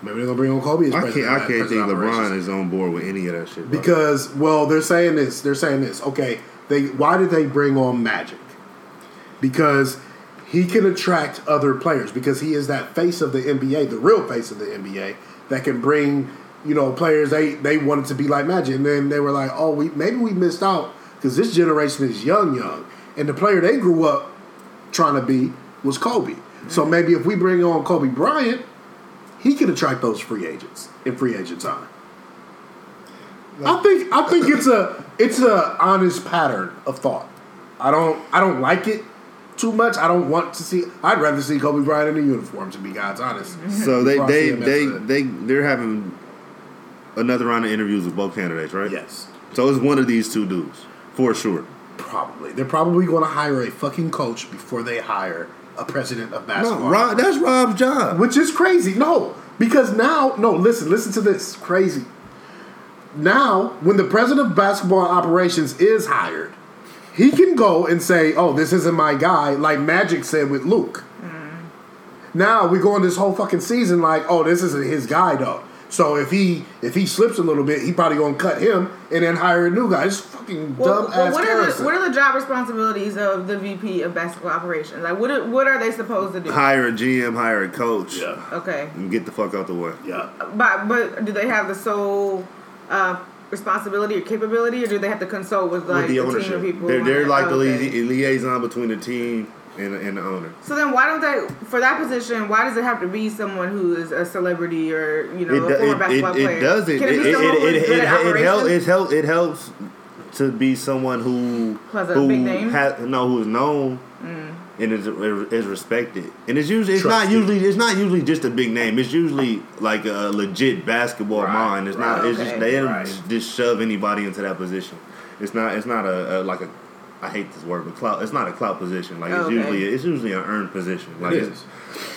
C: Maybe they're going to bring on Kobe as
B: I can't.
C: president.
B: I can't think
C: president of
B: LeBron
C: operations.
B: is on board with any of that shit. bro.
C: because well they're saying this they're saying this okay they why did they bring on Magic because he can attract other players because he is that face of the NBA the real face of the NBA that can bring you know players they they wanted to be like Magic and then they were like oh we maybe we missed out because this generation is young young and the player they grew up trying to be was Kobe. So maybe if we bring on Kobe Bryant, he can attract those free agents in free agent time. I think I think it's a it's a honest pattern of thought. I don't I don't like it too much. I don't want to see. I'd rather see Kobe Bryant in a uniform. To be God's honest.
B: so they
C: Before I
B: they
C: see him
B: they,
C: after that.
B: they they're having another round of interviews with both candidates, right?
C: Yes,
B: So it's one of these two dudes for sure.
C: probably they're probably going to hire a fucking coach before they hire a president of
B: No,
C: basketball.
B: Rob, that's Rob's job.
C: Which is crazy. No, because now, no, listen, listen to this. Crazy. Now, when the president of basketball operations is hired, he can go and say, oh, this isn't my guy, like Magic said with Luke.
A: Mm-hmm.
C: Now we go on this whole fucking season like, oh, this isn't his guy though. So if he if he slips a little bit, he probably gonna cut him and then hire a new guy. It's fucking
A: Well,
C: dumb
A: well,
C: ass
A: what are the
C: comparison.
A: what are the job responsibilities of the VP of basketball operations? Like, what are, what are they supposed to do?
B: Hire a GM, hire a coach,
A: Okay,
B: and get the fuck out the way.
C: yeah.
A: but but do they have the sole uh, responsibility or capability, or do they have to consult with like
B: with the
A: the, team
B: ownership,
A: of people?
B: they're
A: on
B: they're
A: it?
B: like the
A: Okay.
B: lia- liaison between the team and and the owner.
A: So then, why don't they for that position? Why does it have to be someone who is a celebrity or you know
B: it,
A: a former
B: do- it,
A: basketball
B: it, it
A: player?
B: doesn't. It,
A: Can
B: it,
A: be someone
B: it,
A: who's
B: it,
A: good
B: it,
A: at
B: it, hel-
A: operations?
B: it, hel- it helps to be someone who
A: Who has a
B: who
A: big name? Mm.
B: ha- no, who is known and is, is respected. And it's usually it's not
C: Trusted.
B: usually it's not usually just a big name. It's usually like a legit basketball
C: Right,
B: mind. It's not.
A: right,
B: It's just
A: okay.
B: they don't
C: Right.
B: just shove anybody into that position. It's not. It's not a, a like a. I hate this word, but clout. It's not a clout position. Like it's
A: Okay.
B: usually it's usually an earned position. Like
C: It
B: it's-
C: is.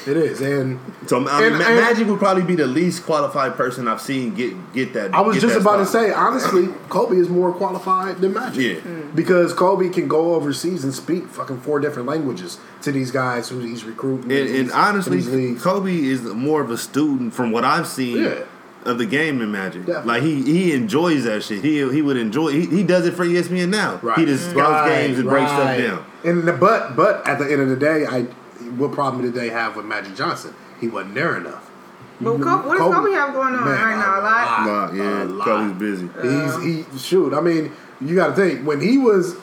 C: It is. And
B: so I mean,
C: And-
B: Ma-
C: and-
B: Magic would probably be the least qualified person I've seen get get that.
C: I was
B: get
C: just
B: that
C: about to
B: spot.
C: say, honestly, Kobe is more qualified than Magic.
B: Yeah.
C: Because Kobe can go overseas and speak fucking four different languages to these guys who he's recruiting.
B: And,
C: in
B: and
C: these-
B: honestly,
C: in these leagues.
B: Kobe is more of a student from what I've seen
C: Yeah.
B: of the game than Magic.
C: Definitely.
B: Like he he enjoys that shit. He he would enjoy. He, he does it for E ESPN now.
C: Right.
B: He just scouts games and breaks stuff down.
C: And the, but but at the end of the day, I what problem did they have with Magic Johnson? He wasn't there enough.
A: But Kobe, what does
C: Kobe-
A: Kobe, have going on
C: Man,
A: right now? A lot.
B: Nah, yeah,
C: A lot.
B: Kobe's busy.
C: He's he shoot. I mean, you got to think when he was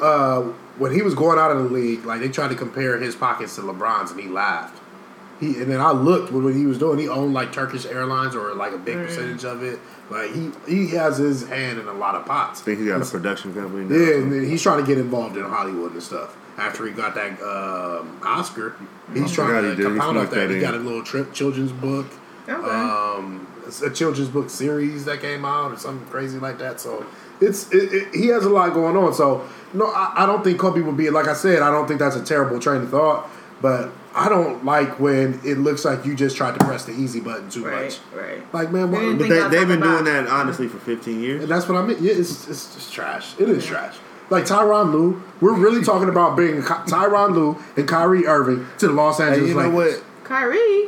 C: uh, when he was going out of the league. Like they tried to compare his pockets to LeBron's, and he laughed. He and then I looked what he was doing. He owned like Turkish Airlines or like a big percentage of it. Like he he has his hand in a lot of pots.
B: I think he got a production company. Now.
C: Yeah, and then he's trying to get involved in Hollywood and stuff. After he got that um, Oscar, he's
B: forgot
C: trying
B: he
C: to
B: did. He
C: compound off
B: snuck
C: that.
B: that
C: He
B: in.
C: got a little trip, children's book,
A: Okay.
C: um, it's a children's book series that came out or something crazy like that. So it's it, it, he has a lot going on. So no, I, I don't think Kobe would be like I said. I don't think that's a terrible train of thought, but I don't like when it looks like you just tried to press the easy button too
A: right. Right.
C: much. Like man, why,
A: Yeah.
B: But
A: Think
B: they,
A: I'll
B: they've
A: talk
B: been doing
A: about-
B: that honestly for 15 years.
C: And <laughs> that's what I mean. Yeah, it's, it's just trash. It is trash. Like Tyron Lue, we're really talking about bringing Ky- Tyron Lue and Kyrie Irving to the Los
B: Hey,
C: Angeles
B: you know
C: Lakers.
B: what?
A: Kyrie.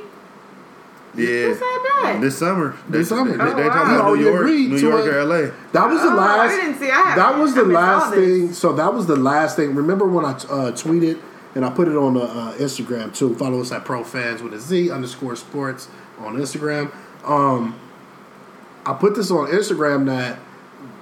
B: Yeah,
A: Who said that?
B: this summer. They-
C: This summer.
B: They, they,
A: Oh,
B: talking
A: wow.
B: about
C: Oh,
B: New
C: you
B: York,
C: agreed
B: New
C: to
B: York
C: it.
B: or LA.
C: That was the
A: Oh, I
C: last.
A: didn't see- I haven't-
C: that was the
A: I missed all
C: last
A: this.
C: thing. So that was the last thing. Remember when I uh, tweeted and I put it on uh, uh, Instagram too. Follow us at ProFans with a Z underscore Sports on Instagram. Um, I put this on Instagram that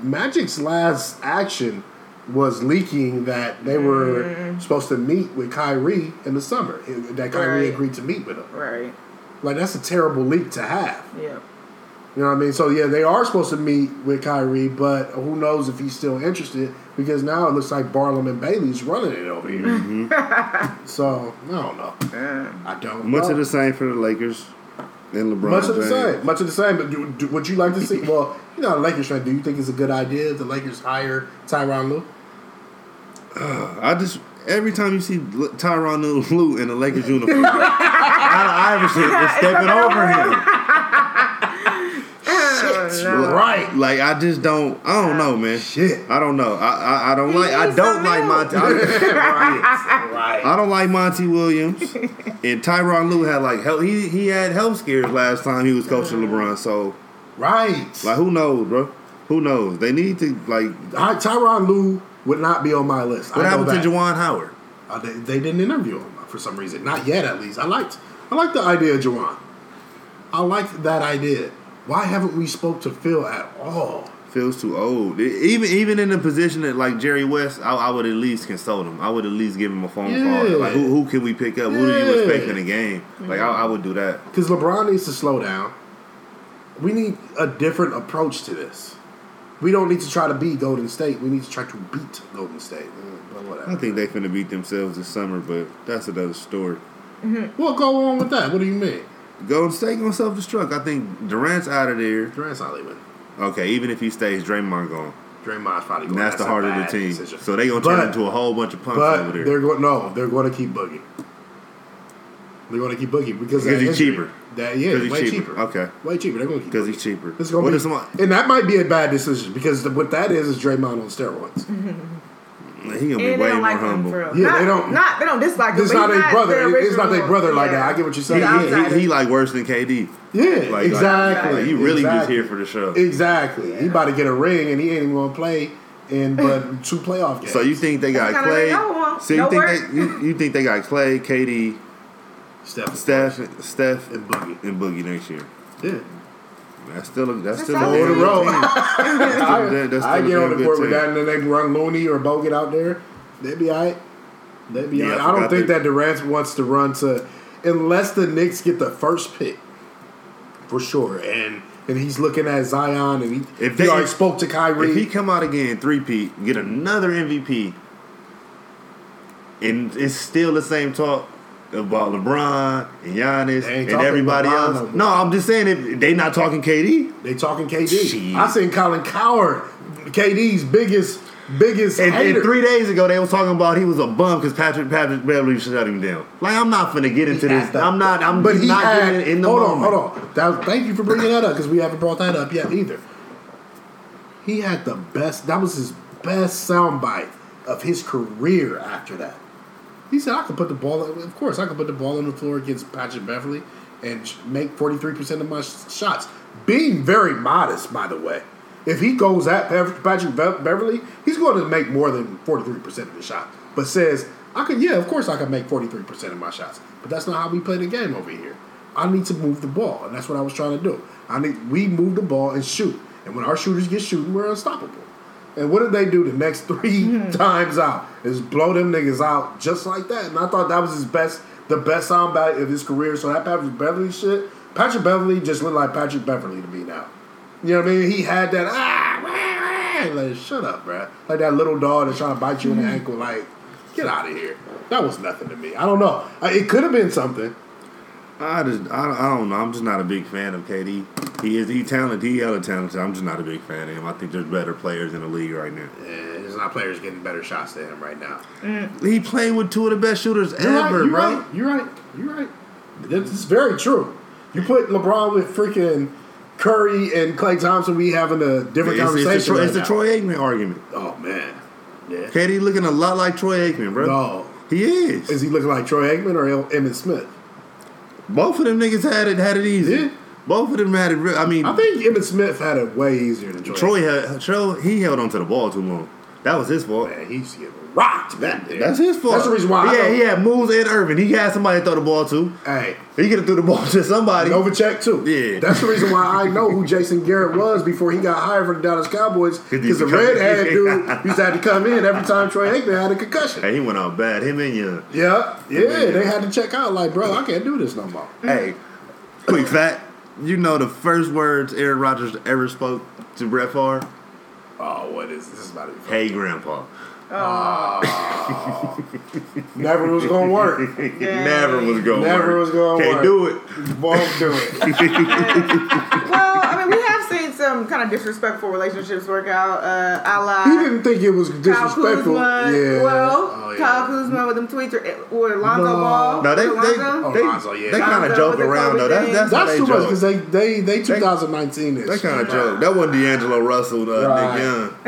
C: Magic's last action was leaking that they were
A: Mm.
C: supposed to meet with Kyrie in the summer. That Kyrie
A: Right.
C: agreed to meet with him.
A: Right.
C: Like that's a terrible leak to have.
A: Yeah.
C: You know what I mean? So yeah, they are supposed to meet with Kyrie, but who knows if he's still interested because now it looks like Barlam and Bailey's running it over here. so I don't know. I don't.
B: Much
C: know.
B: of the same for the Lakers and LeBron.
C: Much of the
B: James.
C: same. Much of the same. But do, do, would you like to see? Well, you know, Lakers fan. Do you think it's a good idea if the Lakers hire Tyronn Lue?
B: I just every time you see L- Tyronn Lue in a Lakers uniform, Allen Iverson is stepping over him.
C: Right.
B: <laughs> Like I just don't. I don't know, man.
C: Shit.
B: I don't know. I I, I don't
A: He
B: like. I
A: needs
B: don't
A: some
B: like
A: help.
B: Monty. I,
C: Right.
B: I don't like Monty Williams. And Tyronn Lue had like health, he he had health scares last time he was coaching LeBron. So
C: Right.
B: like, who knows, bro? Who knows? They need to like.
C: I, Tyronn Lue would not be on my list.
D: What
C: I know
D: happened
C: that.
D: to Jawan Howard?
C: Uh, they, they didn't interview him uh, for some reason. Not yet, at least. I liked. I liked the idea of Jawan. I liked that idea. Why haven't we spoke to Phil at all?
B: feels too old. E- Even even in a position that like Jerry West, I, I would at least consult him. I would at least give him a phone
C: Yeah.
B: call. Like who, who can we pick up? Who do you
C: Yeah.
B: expect in the game? Like I, I would do that.
C: Because LeBron needs to slow down. We need a different approach to this. We don't need to try to be Golden State. We need to try to beat Golden State. Mm, But
B: I
C: whatever.
B: think they finna beat themselves this summer, but that's another story.
C: We'll go on with that. What do you mean?
B: Golden State gonna self destruct. I think Durant's out of there.
C: Durant's not leaving.
B: Okay, even if he stays, Draymond gone.
C: Draymond's probably
B: And
C: going.
B: that's, the
C: a
B: heart of the
C: bad
B: team.
C: decision.
B: So they gonna turn
C: But-
B: into a whole bunch of punks
C: But
B: over there.
C: they're going. No, they're going to keep Boogie. They're going to keep Boogie
B: Because
C: because that
B: he's
C: injury-
B: cheaper.
C: That yeah,
B: 'Cause he's
C: way cheaper.
B: cheaper. Okay.
C: way cheaper. They're going to keep
B: Because
C: Boogie.
B: he's cheaper.
C: This is going
B: What
C: to be,
B: is someone-
C: and that might be a bad decision because the, what that is is Draymond on steroids.
B: he gonna be
A: And they
B: way
A: don't
B: more
A: like him
B: humble.
A: for real.
C: Yeah,
A: not,
C: they don't-
A: Not they don't dislike him.
C: It's
A: but
C: not
A: he's
C: their brother.
A: their
C: It- it's not their
A: original-
C: brother like
A: yeah.
C: that. I get what you're saying.
A: He's
C: Yeah,
B: He-
A: outsider.
B: he, he like worse than KD.
C: Yeah,
B: Like-
C: exactly.
B: Like you really just
C: exactly.
B: here for the show.
C: Exactly. He about to get a ring and he ain't even gonna play
B: <laughs>
C: in but two playoff games.
B: So you think they got
A: Kinda
B: Clay?
A: like, oh, well,
B: so you
A: no
B: think
A: work.
B: they you, you think they got Clay, Katie,
C: Steph
B: Steph, Steph,
C: and Boogie.
B: and Boogie next year?
C: Yeah.
B: That's still a, that's,
A: That's
B: still a
A: not
B: damn
A: bad.
B: good
A: In a
C: row.
B: team. That's
C: <laughs>
B: still a damn- that's
C: I
B: still a
C: get
B: damn
C: on the
B: good
C: court with
B: team.
C: that and then they can run Looney or Bogut out there. They'd be alright. They'd be
B: Yeah,
C: alright.
B: I
C: I, don't
B: forgot
C: think
B: that-
C: that Durant wants to run to unless the Knicks get the first pick. For sure. And and he's looking at Zion and he,
B: If
C: he
B: they-
C: already spoke to Kyrie.
B: If he come out again, three P, get another MVP, and it's still the same talk about LeBron and Giannis
C: They ain't
B: and
C: talking
B: everybody
C: LeBron
B: else.
C: no more.
B: No, I'm just saying if they not talking KD.
C: They talking KD.
B: Jeez.
C: I seen Colin Coward, KD's biggest biggest
B: And, and
C: hater.
B: three days ago, they was talking about he was a bum because Patrick Patrick Beverly shut him down. Like I'm not finna get into
C: He
B: this.
C: had the-
B: I'm not. I'm
C: but
B: just
C: he
B: not
C: had,
B: getting in the
C: hold
B: moment.
C: on, hold on. That, thank you for bringing that up because we haven't brought that up yet either. He had the best. That was his best soundbite of his career. After that, he said, "I could put the ball. Of course, I could put the ball on the floor against Patrick Beverly and sh- make forty three percent of my sh- shots." Being very modest, by the way. If he goes at Bev- Patrick Bev- Beverly, he's going to make more than forty three percent of the shot. But says, "I could, yeah, of course, I could make forty three percent of my shots." But that's not how we play the game over here. I need to move the ball, and that's what I was trying to do. I need we move the ball and shoot, and when our shooters get shooting, we're unstoppable. And what did they do the next three <laughs> times out? Is blow them niggas out just like that. And I thought that was his best, the best soundbite of his career. So that Patrick Beverly shit, Patrick Beverly just looked like Patrick Beverly to me now. You know what I mean? He had that ah, wah, wah," like shut up, bruh. Like that little dog that's trying to bite you in the ankle. Like get out of here. That was nothing to me. I don't know. Uh, It could have been something.
B: I just I, I don't know. I'm just not a big fan of KD. He is he talented. He hella talented. I'm just not a big fan of him. I think there's better players in the league right now.
C: And Eh, there's not players getting better shots than him right now.
B: He played with two of the best shooters
C: You're
B: ever,
C: right, you're
B: bro.
C: Right, you're right. You're right. This is very true. You put LeBron with freaking Curry and Clay Thompson, we having a different
B: It's,
C: conversation.
B: it's, the, Troy-
C: right
B: it's the
C: now.
B: Troy Aikman argument.
C: Oh man. Yeah.
B: KD looking a lot like Troy Aikman, bro.
C: No.
B: He is.
C: Is he looking like Troy Aikman or El- Emmitt Smith?
B: Both of them niggas had it had it easy.
C: Yeah.
B: Both of them had it. Real, I mean,
C: I think Emmitt Smith had it way easier than Troy.
B: Troy had Troy, he held on to the ball too long. That was his fault.
C: Man, he's getting rocked back there.
B: That's his fault.
C: That's the reason why. I
B: Yeah,
C: don't-
B: he had moves and Irvin. He had somebody to throw the ball to.
C: Hey,
B: He could have threw the ball <laughs> to somebody.
C: Novacek too.
B: Yeah.
C: That's the reason why I know <laughs> who Jason Garrett was before he got hired for the Dallas Cowboys.
B: he
C: Because the
B: become-
C: red <laughs> head dude used to have to come in every time Troy Aikman had a concussion.
B: Hey, he went out bad. Him and you.
C: Mm-hmm. Yeah, yeah, they had to check out. Like, bro, I can't do this no more.
B: Hey, quick fact.
E: you know the first words Aaron Rodgers ever spoke to Brett Favre?
C: Oh, what is this? This is about to be
B: Hey, Grandpa.
C: Never was gonna <laughs> work.
B: Never was going.
C: Never was gonna
B: Can't
C: work.
B: do it.
C: Won't do <laughs> it.
A: Well, I mean, we have seen some kind of disrespectful relationships work out. Uh, a la
C: He didn't think it was
A: Kyle
C: disrespectful.
A: Kuzma.
C: yeah.
A: Well,
C: Oh, yeah.
A: Kyle Kuzma with them tweets or, or Lonzo
C: No.
A: Ball.
E: No, they-
A: Lonzo?
E: they-
C: Oh, Lonzo, yeah.
E: They kind
A: Lonzo
E: of joke
A: with the
E: around though.
A: COVID
E: That's that's, how
C: That's
E: they
C: too much
E: joke.
C: because they they they 2019 is
E: That kind of joke. That wasn't D'Angelo Russell, uh,
C: Right.
E: Nick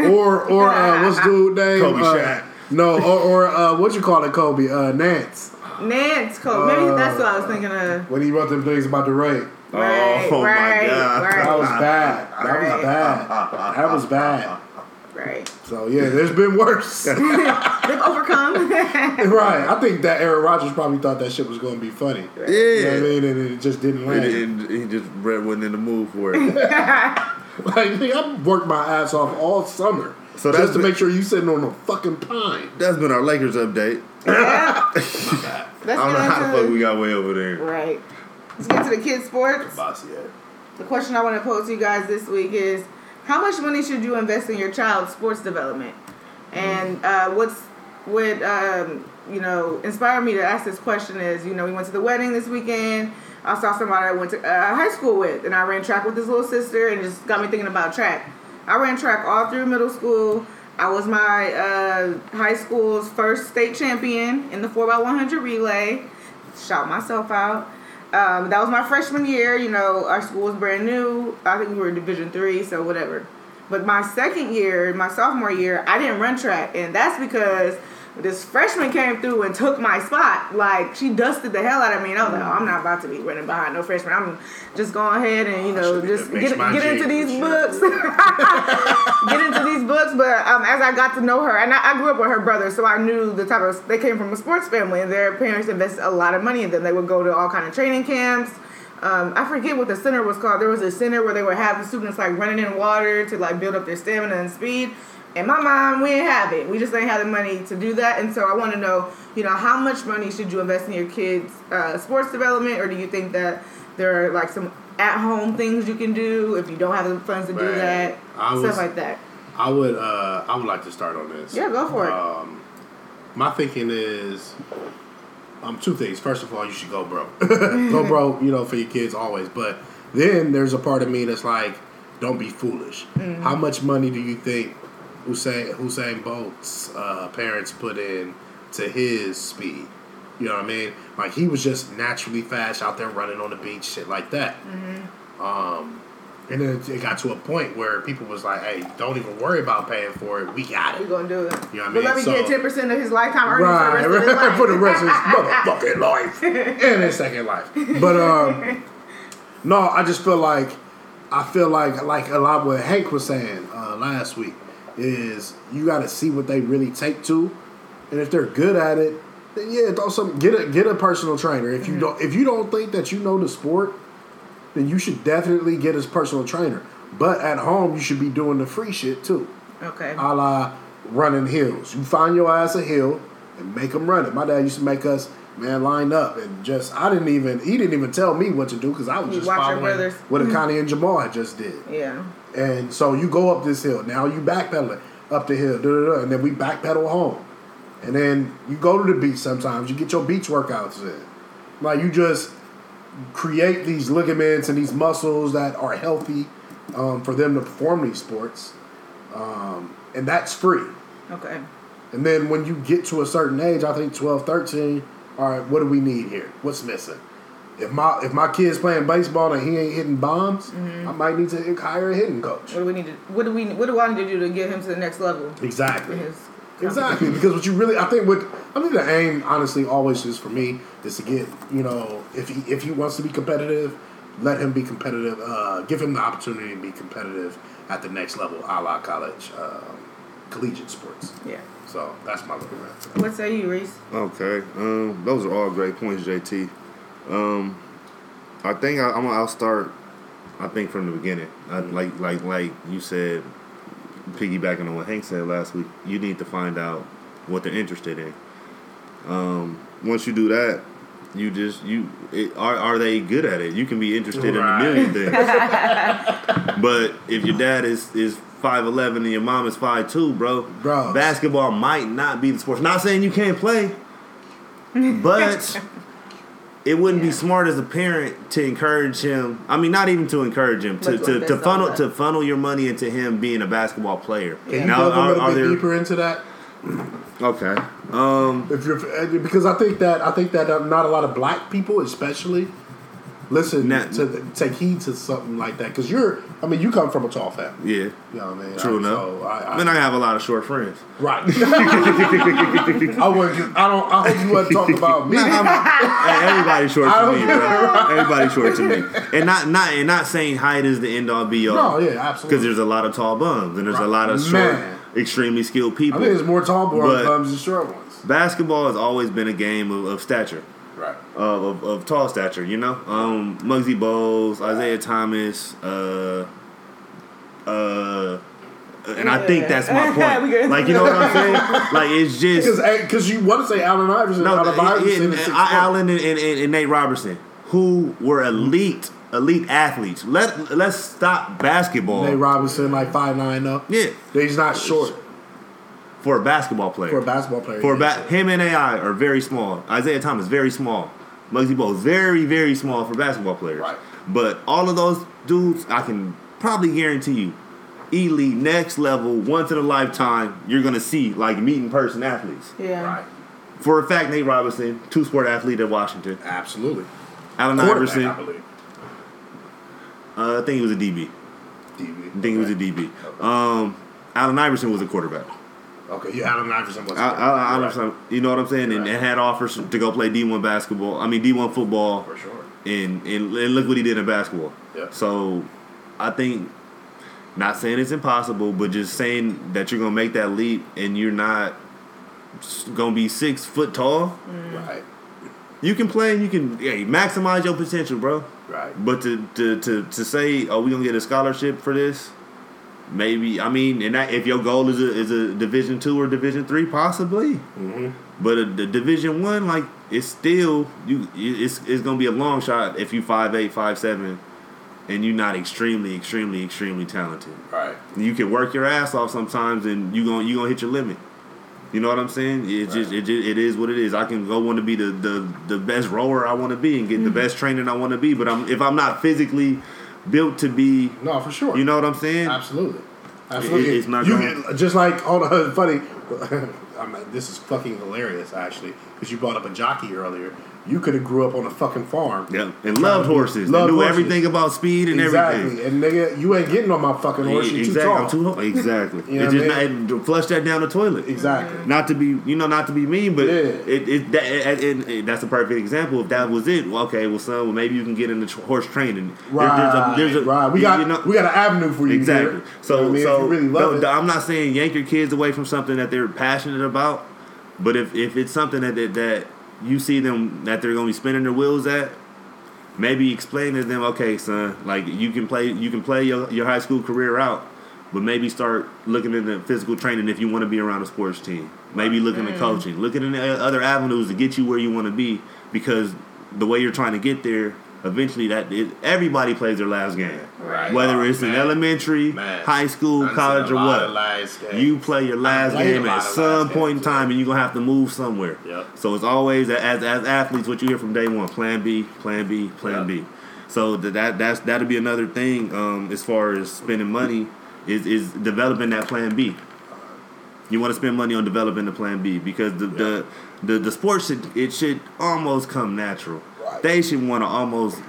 E: Young.
C: or or
A: <laughs>
C: uh, what's dude name?
B: Kobe
C: uh,
B: Shaq.
C: No, or, or uh, what you call it, Kobe? Uh, Nance.
A: Nance Cole. Maybe
C: Uh,
A: that's what I was thinking of.
C: When he wrote them things about the rape.
A: Right,
B: oh
A: right,
B: my God.
A: right.
C: That was
E: Uh-huh.
C: bad. That was bad. That was bad. Oh.
A: Right.
C: So yeah, there's been
E: <laughs>
C: worse. <laughs>
A: They've overcome. <laughs>
C: right. I think that Aaron Rodgers probably thought that shit was gonna be funny.
E: Yeah.
C: You know what I mean? And it just didn't
E: And-
C: land.
E: and he just Brett wasn't in the mood for it.
C: <laughs>
E: <laughs>
C: Like, nigga, I worked my ass off all summer
E: So
C: just
E: that's
C: to
E: the-
C: make sure you sitting on a fucking pine.
E: That's been our Lakers update.
A: yeah. Let's
E: I don't know
A: get
E: how the
A: into-
E: fuck we got way over there.
A: Right. Let's get to the kids' sports.
B: Bossy ass.
A: The question I want to pose to you guys this week is how much money should you invest in your child's sports development? And uh, what's would um, you know inspire me to ask this question is you know we went to the wedding this weekend. I saw somebody I went to uh, high school with, and I ran track with his little sister, and just got me thinking about track. I ran track all through middle school. I was my uh, high school's first state champion in the 4x100 relay. Shout myself out. Um, that was my freshman year. You know, our school was brand new. I think we were in Division three, so whatever. But my second year, my sophomore year, I didn't run track, and that's because this freshman came through and took my spot. Like she dusted the hell out of me, and I was like, "Oh, I'm not about to be running behind no freshman. I'm just going ahead and you know
C: should've
A: just
C: been
A: get
C: bench my
A: get into
C: G.
A: these
C: Should've
A: books." get into these books, but um, as I got to know her, and I, I grew up with her brother, so I knew the type of they came from a sports family, and their parents invested a lot of money in them. They would go to all kind of training camps. Um, I forget what the center was called. There was a center where they were having students like running in water to like build up their stamina and speed. And my mom, we didn't have it. We just ain't had the money to do that. And so I want to know, you know, how much money should you invest in your kids' uh, sports development, or do you think that there are like some at-home things you can do if you don't have the funds to do
C: Right.
A: that,
C: I
A: stuff
C: was-
A: like that?
C: I would uh I would like to start on this.
A: Yeah, go for it.
C: Um my thinking is um two things. First of all, you should go broke. <laughs> go broke, you know, for your kids always. But then there's a part of me that's like, don't be foolish. How much money do you think Usain Hussein Bolt's uh, parents put in to his speed? You know what I mean? Like he was just naturally fast out there running on the beach, shit like that. Um, and then it got to a point where people was like, "Hey, don't even worry about paying for it. We got
A: We're
C: it."
A: gonna do it.
C: You know what I
A: but let me
C: mean?
A: get
C: So-
A: ten percent of his lifetime earnings
C: Right, <laughs>
A: for the rest of his life.
C: for the rest of his motherfucking life and his second life.
A: <laughs>
C: But um, no, I just feel like I feel like like a lot what Hank was saying uh, last week is you got to see what they really take to, and if they're good at it, then yeah, throw some get a get a personal trainer. If
A: Mm-hmm.
C: you don't if you don't think that you know the sport, then you should definitely get a personal trainer. But at home, you should be doing the free shit too
A: Okay.
C: a la running hills. You find your ass a hill and make them run it. My dad used to make us man line up and just I didn't even he didn't even tell me what to do because I was
A: You
C: just
A: watch your
C: following
A: brothers. Mm-hmm.
C: what Akani and Jamal had just did.
A: yeah.
C: And so you go up this hill. Now you backpedaling up the hill, duh, duh, duh, and then we backpedal home. And then you go to the beach sometimes. You get your beach workouts in. Like you just create these ligaments and these muscles that are healthy um, for them to perform these sports, um, and that's free.
A: Okay.
C: And then when you get to a certain age, I think 12, 13, all right, what do we need here? What's missing? If my if my kid's playing baseball and he ain't hitting bombs, I might need to hire a hitting coach.
A: What do we need to? What do we? What do I need to do to get him to the next level?
C: Exactly.
A: in his-
C: Exactly. Because what you really I think what I think the aim honestly always is for me is to get, you know, if he if he wants to be competitive, let him be competitive, uh, give him the opportunity to be competitive at the next level, a la college, um, collegiate sports.
A: Yeah.
C: So that's my little rant.
A: What say you, Reese?
E: Okay, um, those are all great points, JT. Um, I think I, I'm gonna I'll start. I think from the beginning, I, like like like you said, piggybacking on what Hank said last week, you need to find out what they're interested in. Um, once you do that,
B: You just you it, are are they good at it? You can be interested
C: Right.
B: in a million things. but if your dad is is five eleven and your mom is five two, bro,
C: Bro.
B: basketball might not be the sport. Not saying you can't play,
C: <laughs>
B: but it wouldn't be smart as a parent to encourage him. I mean, not even to encourage him to
A: Look what
B: to,
A: this
B: to
A: all
B: funnel
A: does.
B: to funnel your money into him being a basketball player.
C: Can you
B: Now,
C: delve a
B: are,
C: little
B: are
C: bit
B: there
C: deeper into that?
B: okay? Um.
C: If you're uh, because I think that I think that uh, not a lot of black people, especially, listen
B: Nah.
C: to the, take heed to something like that. Because you're, I mean, you come from a tall family.
B: Yeah.
C: You know what I mean?
B: True
C: I,
B: enough.
C: So I, I,
B: I mean, I have a lot of short
C: <laughs>
B: friends.
C: right.
B: <laughs>
C: I wouldn't. I don't. I hope you wouldn't talk about me.
B: Hey, everybody's short
C: I
B: to
C: don't
B: me, bro. Everybody's short to me, and not not and not saying height is the end all be all.
C: No, yeah,
B: Because
C: absolutely.
B: there's a lot of tall bums and there's a lot of short,
C: Man.
B: extremely skilled
C: I
B: people.
C: think there's more tall boy
B: But-
C: bums than short ones.
B: Basketball has always been a game of, of stature,
C: Right.
B: of, of, of tall stature. You know, um, Muggsy Bowles, Isaiah Thomas, uh, uh, and I think that's my
C: <laughs>
A: We
B: point.
A: good.
B: Like you know what I'm saying? Like it's just
C: Because because you want to say Allen Iverson,
B: No,
C: Allen
B: it-
C: Iverson
B: it-
C: is six
B: I-
C: foot.
B: Allen and, and, and Nate Robertson, who were elite elite athletes. Let let's stop basketball
C: Nate Robinson like five nine though.
B: Yeah.
C: he's not short
B: for a basketball player.
C: for a basketball player.
B: For
C: he
B: ba-
C: is short.
B: him and AI are very small. Isaiah Thomas very small. Muggsy Bowles very very small for basketball players.
C: Right.
B: But all of those dudes, I can probably guarantee you, elite next level, once in a lifetime, you're gonna see like meet in person athletes.
A: Yeah.
C: Right.
B: For a fact, Nate Robinson, two sport athlete at Washington.
C: Absolutely.
B: Allen
C: Quarterback,
B: Iverson,
C: I believe.
B: Uh, I think he was a DB.
C: DB.
B: I think he was a DB. Um, Allen Iverson was a quarterback.
C: Okay, yeah, Allen Iverson was.
B: I, I, I,
C: Right.
B: Iverson, you know what I'm saying? And, and had offers to go play D1 basketball. I mean D1 football.
C: For sure.
B: And, and and look what he did in basketball.
C: Yeah.
B: So, I think, not saying it's impossible, but just saying that you're gonna make that leap and you're not s- gonna be six foot tall.
C: Right.
B: You can play. and You can hey, maximize your potential, bro.
C: Right.
B: But to to to, to say, oh, we gonna get a scholarship for this? Maybe I mean, and that, if your goal is a is a Division two or Division three, possibly. But a, the Division one, like it's still you, you- it's it's gonna be a long shot if you five eight five seven, and you're not extremely extremely extremely talented.
C: Right.
B: You can work your ass off sometimes, and you gonna you gonna hit your limit. You know what I'm saying? It's just it just, it is what it is. I can go want to be the, the the best rower I want to be and get the
C: Mm-hmm.
B: best training I want to be, but I'm if I'm not physically built to be,
C: No, for sure.
B: you know what I'm saying?
C: Absolutely. Absolutely.
B: it's not
C: you
B: going-
C: can- just like hold on, funny. <laughs> I'm like, this is fucking hilarious, actually, because you brought up a jockey earlier. You could have grew up on a fucking farm.
B: Yeah, and loved horses.
C: Loved
B: and knew
C: horses.
B: everything about speed and everything.
C: Exactly. And nigga, you ain't getting on my fucking horse.
B: Yeah,
C: You
B: exactly. I'm
C: too tall.
B: too old. Exactly.
C: You know
B: It
C: what
B: just
C: I
B: not, it- flush that down the toilet.
C: Exactly.
B: Not to be, you know, not to be mean, but
C: Yeah.
B: it, it, that, it, it- it- that's a perfect example. If that was it, well, okay, well, son, well, maybe you can get into tr- horse training. There-
C: Right. right. We
B: you-
C: got
B: you know-
C: we got an avenue for you.
B: exactly.
C: Here.
B: So,
C: you know what I mean?
B: so
C: if you really love
B: no,
C: it.
B: I'm not saying yank your kids away from something that they're passionate about, but if, if it's something that, that that you see them that they're gonna be spinning their wheels at, maybe explain to them, okay, son, like you can play you can play your, your high school career out, but maybe start looking into physical training if you want to be around a sports team. Maybe looking at coaching, looking into uh, other avenues to get you where you want to be because the way you're trying to get there, eventually that is, everybody plays their last game.
C: Right. Oh,
B: Whether it's in
C: Man.
B: elementary,
C: Man.
B: high school,
C: I've seen
B: college,
C: a
B: or
C: lot
B: what.
C: of lies, gang.
B: You play your last
C: played a
B: game at
C: lot of
B: some
C: live
B: point in
C: games,
B: time, and you're gonna have to move somewhere.
C: Yep.
B: So it's always as as athletes, what you hear from day one: Plan B, Plan B, Plan
C: Yep.
B: B. So th- that that's that'll be another thing um, as far as spending money is is developing that Plan B. You want to spend money on developing the Plan B because the the, the the sport should it should almost come natural.
C: Right.
B: They should want to almost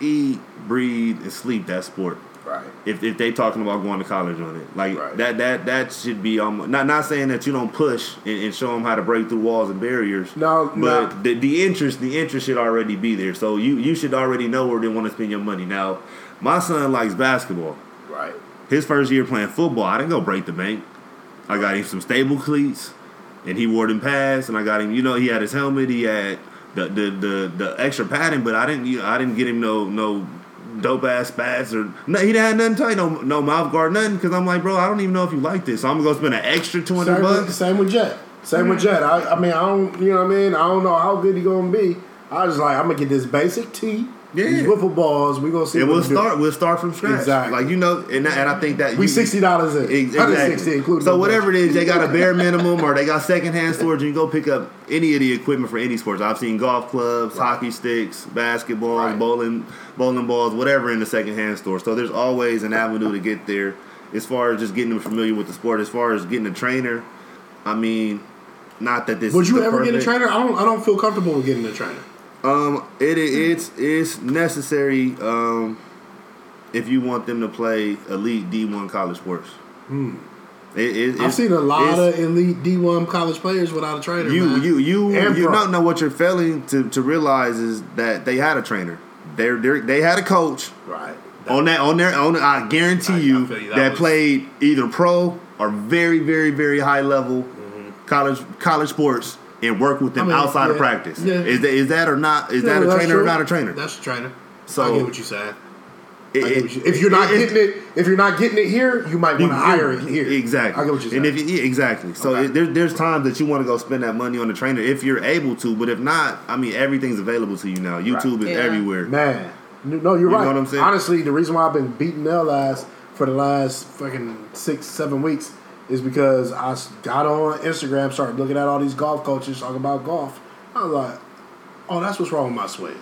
B: eat, breathe, and sleep that sport
C: Right.
B: if, if they talking about going to college on it. Like
C: Right.
B: that that that should be almost not not saying that you don't push and, and show them how to break through walls and barriers.
C: No,
B: but
C: no.
B: the the interest the interest should already be there. So you you should already know where they want to spend your money. Now, my son likes basketball.
C: Right.
B: His first year playing football, I didn't go break the bank. I got him some stable cleats, and he wore them pads. And I got him, you know, he had his helmet, he had the the the, the extra padding, but I didn't you I didn't get him no no dope ass pads or no, he didn't have nothing tight, no no mouth guard, nothing. Because I'm like, bro, I don't even know if you like this, so I'm gonna go spend an extra two hundred
C: Same with,
B: bucks.
C: same with Jet. Same with Jet. I, I mean, I don't, you know what I mean? I don't know how good he gonna be, I was like, I'm gonna get this basic tee.
B: Yeah.
C: These wiffle balls. We gonna see.
B: And
C: what
B: we'll
C: we do.
B: start. We'll start from scratch.
C: Exactly.
B: Like you know, and, that- and I think that
C: We
B: you-
C: sixty dollars in.
B: Mm-hmm. Ex-
C: Exactly.
B: Exactly.
C: Including
B: So
C: the-
B: whatever it is, they got a bare minimum, or they got secondhand storage. You can go pick up any of the equipment for any sports. I've seen golf clubs, hockey sticks, basketballs,
C: Right.
B: bowling, bowling balls, whatever in the secondhand store. So there's always an avenue to get there. As far as just getting them familiar with the sport, as far as getting a trainer, I mean, not that this
C: Would
B: is
C: you
B: the
C: ever get a
B: perfect-
C: trainer? I don't. I don't feel comfortable with getting a trainer.
B: um, it i- it's it's necessary um, if you want them to play elite D one college sports. It, it,
C: Hmm. I've
B: it's-
C: seen a lot
B: it's-
C: of elite D1 college players without a trainer.
B: you
C: man.
B: you you
C: And
B: you
C: pro.
B: don't know what you're failing to, to realize is that they had a trainer. They're, they're they had a coach
C: right.
B: on that on their on. I guarantee
C: I- I
B: you,
C: feel you.
B: that,
C: That was-
B: played either pro or very very very high level college college sports and work with them
C: Mm-hmm. I mean,
B: outside of
C: yeah,
B: practice.
C: yeah.
B: Is that is that or not? Is
C: Yeah,
B: that a
C: that's
B: trainer or
C: true.
B: not a trainer?
C: That's a trainer.
B: So-
C: I get what you're saying.
B: It-
C: I get
B: it-
C: what you, if you're not
B: it-
C: getting it, if you're not getting it here, you might want to hire it here.
B: Exactly.
C: I get what you're
B: And
C: saying.
B: if you, yeah, exactly. So
C: Okay.
B: it, there, there's times that you want to go spend that money on the trainer if you're able to, but if not, I mean everything's available to you now. YouTube is
A: Yeah.
B: everywhere.
C: Man, no, you're
B: know
C: right.
B: what I'm saying?
C: Honestly, the reason why I've been beating their ass for the last fucking six, seven weeks is because I s- got on Instagram, started looking at all these golf coaches talking about golf. I was like, oh, that's what's wrong with my swing.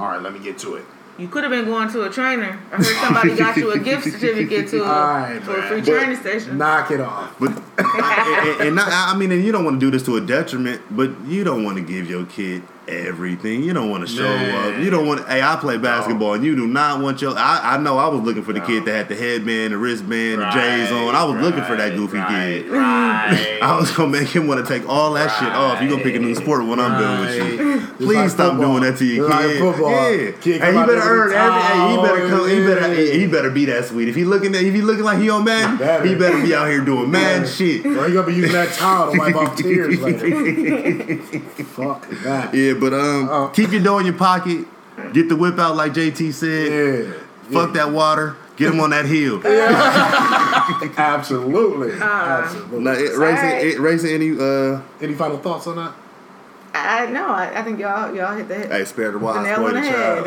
C: All right, let me get to it.
A: You could have been going to a trainer. I heard somebody got
C: <laughs>
A: you a gift certificate to a,
C: Alright,
A: to a
C: man.
A: free
C: But-
A: training session.
C: Knock it off.
B: But <laughs> and, and- and not, I mean, and you don't want to do this to a detriment, but you don't want to give your kid everything. You don't want to show
C: Man.
B: up. You don't want. Hey, I play basketball, and you do not want your. I, I know. I was looking for the kid that had the headband, the wristband, the J's on. I was looking for that goofy kid.
C: <laughs>
B: I was gonna make him want to take all that shit off. You gonna pick a new sport when I'm done with you.
C: Right.
B: Please
C: Just like
B: stop
C: football.
B: doing that to your
C: Just like
B: kid.
C: football.
B: Yeah,
C: Kid
B: hey,
C: come
B: he
C: out
B: better
C: there
B: earn
C: with a
B: every. Hey, he better
C: towel.
B: come. He better.
C: Yeah.
B: He, he better be that sweet. If he looking at, if he looking like he on Madden,
C: Better.
B: he better be out here doing mad
C: Yeah.
B: shit.
C: Or you gonna be using that towel to wipe
A: <laughs>
C: off tears later. Fuck that.
B: Yeah, but um,
C: Uh.
B: keep your dough in your pocket. Get the whip out like JT said.
C: Yeah.
B: Fuck that water. Get him on
A: <laughs>
B: that hill.
C: Absolutely.
A: Ah.
C: Absolutely.
B: Now, it, racing,
A: Alright.
B: it, racing any uh,
C: Any final thoughts on that?
A: I I know. I, I think y'all y'all hit the head.
B: hey, spare the
A: the
B: wild,
A: nail
B: spoil
A: on
B: the
A: the head. <laughs>
B: child.